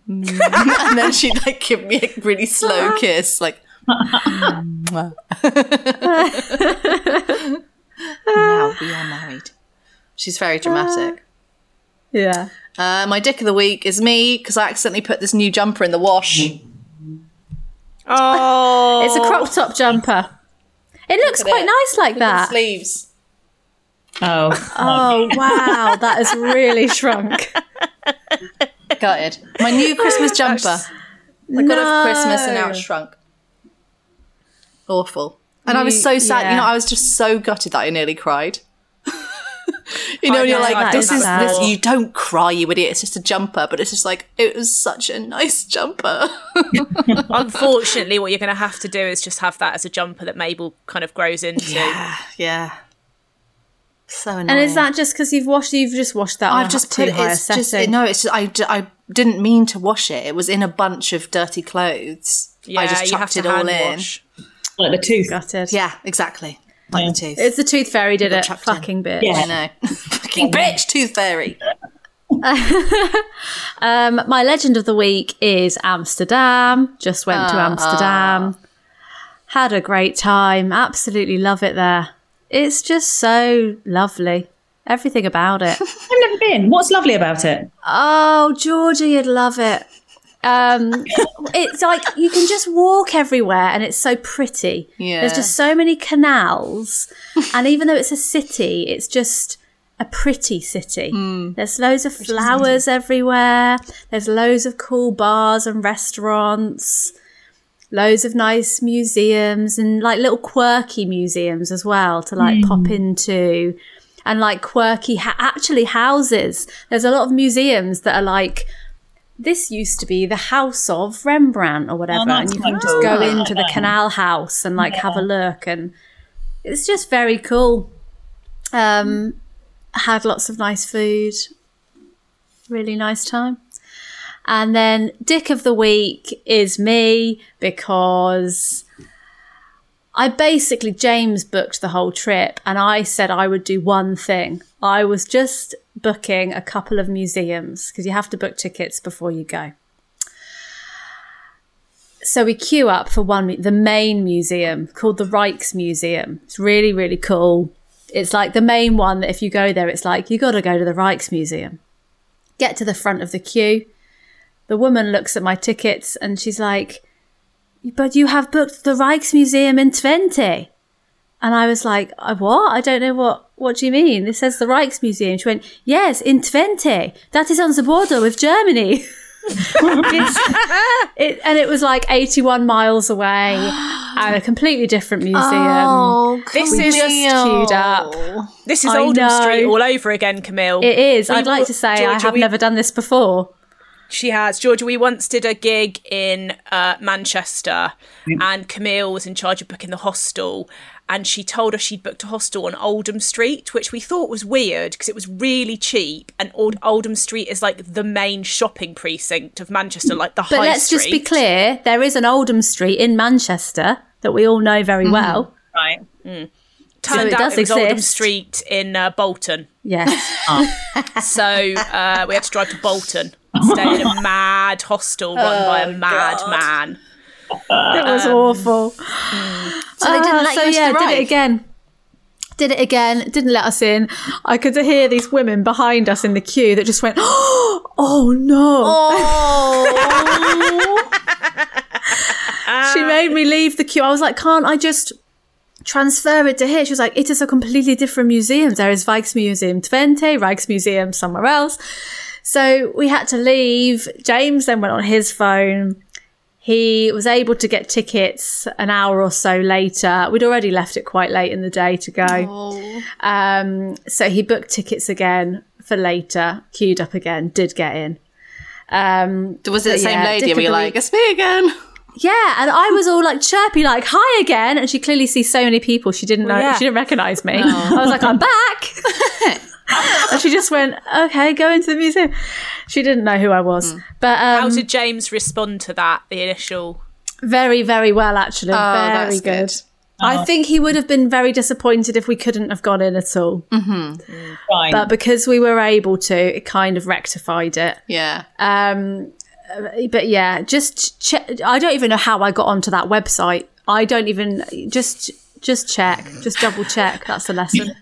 S2: Mm. <laughs> and then she'd like give me a really slow
S3: <laughs>
S2: kiss, like. "Mwah." <laughs> now we are married. She's
S3: <laughs>
S2: very dramatic.
S3: Yeah.
S2: Uh, my dick of the week is me because I accidentally put this new jumper in the wash.
S3: Mm.
S1: Oh,
S3: It's a crop top jumper. It looks
S2: at
S3: quite
S2: it.
S3: nice like that.
S2: Sleeves.
S4: Oh.
S3: Oh,
S2: <laughs>
S3: wow. That has really shrunk.
S2: Gutted. My new Christmas jumper. I got it for Christmas and now it's shrunk. Awful. And I was so sad.
S3: yeah.
S2: You know, I was just so gutted that I nearly cried. <laughs> you know,
S1: I
S2: and you're
S1: know,
S2: like,
S1: I've
S2: this
S1: done
S2: is
S1: that
S2: this.
S1: before.
S2: You don't cry, you idiot. It's just a jumper, but it's just like it was such a nice <laughs> jumper.
S1: Unfortunately, what you're going to have to do is just have that as a jumper that Mabel kind of grows into.
S2: yeah. So annoying.
S3: And is that just because you've washed? You've just washed that.
S2: I've just put
S3: too high a
S2: it's just
S3: setting?
S2: no. It's just, I d- I didn't mean to wash it. It was in a bunch of dirty clothes.
S1: Yeah,
S2: I just
S1: you have
S2: chucked
S1: to
S2: it all
S1: hand
S2: in.
S1: wash.
S4: Like the tooth.
S3: Gutted.
S2: Yeah, exactly. Like the tooth.
S3: It's the tooth fairy did it.
S2: chucked
S3: Fucking bitch.
S4: Yeah.
S2: I
S3: <laughs>
S2: know. Fucking bitch, tooth fairy.
S3: Um, my legend of the week is Amsterdam. Just went to Amsterdam. Had a great time. Absolutely love it there. It's just so lovely. Everything about it.
S4: I've never been. What's lovely about it?
S3: Oh, Georgie, you'd love it. Um, it's like you can just walk everywhere, and it's so pretty.
S2: Yeah.
S3: There's just so many canals, and even though it's a city, it's just a pretty city. There's loads of flowers everywhere. There's loads of cool bars and restaurants. Loads of nice museums and like little quirky museums as well to like pop
S4: Mm.
S3: into and like quirky ha- actually houses there's a lot of museums that are like this used to be the house of rembrandt or whatever
S4: Oh, that's
S3: and you
S4: quite
S3: can just
S4: cool.
S3: go
S4: I like
S3: into the
S4: that.
S3: canal house and like have a look and it's just very cool um had lots of nice food really nice time and then dick of the week is me because I basically James booked the whole trip and I said I would do one thing. I was just booking a couple of museums because you have to book tickets before you go. So we queue up for one mu- the main museum called the Rijksmuseum. It's really really cool. It's like the main one that if you go there it's like you got to go to the Rijksmuseum. Get to the front of the queue. The woman looks at my tickets and she's like but you have booked the Rijksmuseum in Twente. And I was like, "I- what? I don't know what, what do you mean? It says the Rijksmuseum. She went, yes, in Twente. That is on the border with Germany. <laughs> It's- it, and it was like 81 miles away and a completely different museum.
S2: Oh.
S1: This
S3: Oh, we
S1: is
S3: just queued up.
S1: This is
S3: I
S1: Oldham
S3: know.
S1: Street all over again, Camille.
S3: It is. I'd
S1: We-
S3: like to say I
S1: Georgia,
S3: have
S1: we-
S3: never done this before.
S1: She has. Georgia, we once did a gig in uh, Manchester, and Camille was in charge of booking the hostel. And she told us she'd booked a hostel on Oldham Street, which we thought was weird because it was really cheap. And Old- Oldham Street is like the main shopping precinct of Manchester, like the
S3: But
S1: high
S3: let's
S1: street.
S3: just be clear there is an Oldham Street in Manchester that we all know very well.
S4: Right.
S1: Mm. Turned
S3: So it
S1: out
S3: does
S1: it was Oldham
S3: exist.
S1: Street in uh, Bolton.
S3: Yes.
S1: So uh, we had to drive to Bolton, stay in
S3: <laughs>
S1: a mad hostel run by
S3: Oh,
S1: a mad man.
S3: <laughs> It was awful. Um, Ah, So
S2: they didn't let you into
S3: yeah,
S2: the
S3: did
S2: ride?
S3: it again. Did it again. Didn't let us in. I could hear these women behind us in the queue that just went, <gasps> "Oh no!" Oh. she made me leave the queue. I was like, "Can't I just transfer it to here?" She was like, "It is a completely different museum. There is Rijksmuseum Twente, Rijksmuseum somewhere else." So we had to leave. James then went on his phone he was able to get tickets an hour or so later. We'd already left it quite late in the day to go. Um, so he booked tickets again for later, queued up again, did get in. Um,
S2: <laughs> Was it the
S3: But
S2: same
S3: yeah,
S2: lady?
S3: Dick
S2: And we
S3: of the
S2: were like,
S3: Week.
S2: it's me again.
S3: yeah, and I was all like chirpy, like hi again, and she clearly sees so many people she didn't know,
S1: yeah.
S3: she didn't recognise me. I was like, I'm back, and she just went, okay, go into the museum. She didn't know who I was, but um,
S1: How did James respond to that? The initial.
S3: Very, very well, actually. very
S2: Oh, that's
S3: Oh, good.
S2: good.
S3: I think he would have been very disappointed if we couldn't have gone in at all.
S4: Fine.
S3: But because we were able to, it kind of rectified it.
S2: Yeah.
S3: Um, but yeah, just che- I don't even know how I got onto that website. I don't even just just check, just double check. That's the lesson.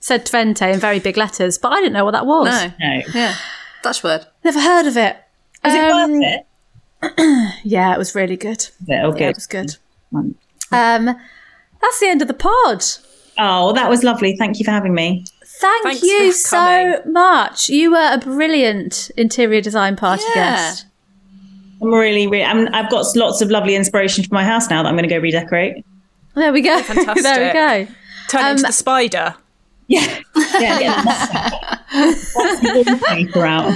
S3: Said Twente in very big letters, but I didn't know what that was.
S2: no.
S4: no.
S2: Oh, Yeah. Dutch word.
S3: Never heard of it.
S4: Was
S3: Um,
S4: it worth it? Oh,
S3: Yeah, it was really good.
S4: Yeah,
S3: Yeah,
S4: okay.
S3: it was good.
S4: Um,
S3: Um, that's the end of the pod.
S4: Oh, that was lovely. Thank you for having me.
S3: Thank
S1: Thanks
S3: you
S1: for
S3: so
S1: coming.
S3: much. You were a brilliant interior design party
S2: Yeah.
S3: guest.
S4: I'm really, really. I'm, I've got lots of lovely inspiration for my house now that I'm going to go redecorate.
S3: There we go. <laughs>
S1: Fantastic.
S3: there we go.
S1: Turn into
S3: Um,
S1: the spider.
S4: <laughs> Yeah, yeah. yeah. Lots of wall paper out.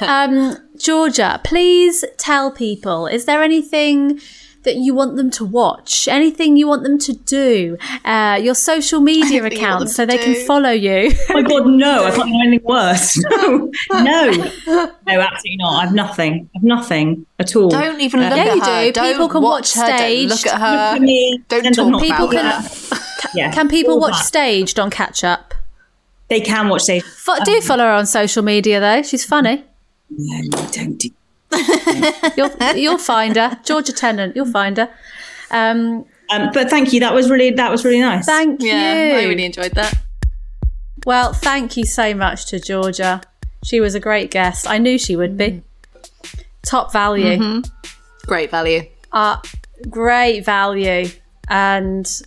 S3: Um, Georgia, please tell people is there anything that you want them to watch, anything you want them to do, uh, your social media
S2: <laughs> Anything you want
S3: accounts so
S2: them to
S3: they can
S2: do.
S3: follow you? <laughs>
S4: Oh my god, no! I can't do anything worse. <laughs> No, no, no, absolutely not. I've nothing. I've nothing at all.
S2: Don't even look
S3: Yeah,
S2: at
S3: you
S2: her.
S3: do.
S2: Don't
S3: People can watch
S2: her. Don't
S3: staged.
S2: look at her.
S4: Look at <laughs> me.
S2: Don't
S4: And
S2: talk
S4: not
S3: People
S4: about
S3: can-
S4: that. Yeah.
S3: Can people
S4: All
S3: watch
S4: that.
S3: staged on catch up?
S4: They can watch stage.
S3: Fo-
S2: Um,
S3: do follow her on social media though. She's funny.
S4: No, don't do.
S3: You'll you'll find
S2: <laughs>
S3: her, Georgia Tennant. You'll find her. Um,
S4: Um, but thank you. That was really. That was really nice.
S3: thank
S2: Yeah,
S3: you.
S2: I really enjoyed that.
S3: well, thank you so much to Georgia. She was a great guest. I knew she would be.
S2: Mm.
S3: Top value.
S2: Great value.
S3: are great value and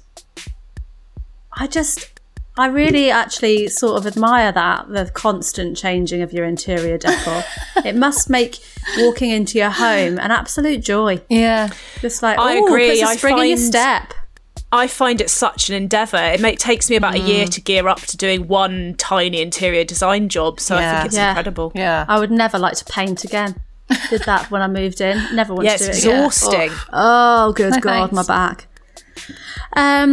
S3: i just i really actually sort of admire that the constant changing of your interior
S1: <laughs>
S3: decor it must make walking into your home an absolute joy
S2: Yeah.
S3: just like
S1: I
S3: oh,
S1: agree.
S3: puts a
S1: I
S3: spring in your
S1: find-
S3: step
S1: I find it such an endeavour. It may, takes me about a year
S3: Mm.
S1: to gear up to doing one tiny interior design job, so I
S2: Yeah.
S1: think it's
S3: Yeah.
S1: incredible.
S2: Yeah.
S3: i would never like to paint again did that when i moved in never want
S1: Yeah,
S3: to do
S1: it's
S3: it again
S1: exhausting.
S3: Oh, good God,
S2: thanks.
S3: my back. Um,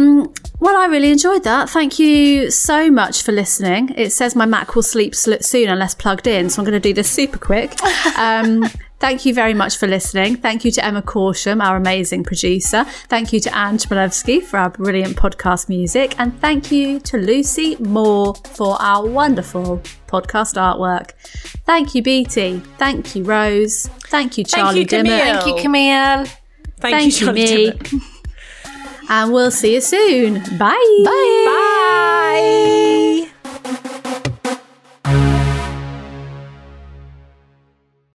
S3: well, I really enjoyed that. Thank you so much for listening. It says my Mac will sleep sl- soon unless plugged in, so I'm going to do this super quick. Um, thank you very much for listening. Thank you to Emma Corsham, our amazing producer. Thank you to Anne Chmielewski for our brilliant podcast music. And thank you to Lucy Moore for our wonderful podcast artwork. Thank you, BT. Thank you, Rose. Thank you,
S1: Thank
S3: Charlie
S1: you, Camille.
S3: Dimmock.
S1: Thank you,
S2: Camille.
S1: Charlie Timmer.
S3: me. and we'll see you soon. Bye. Bye.
S1: Bye.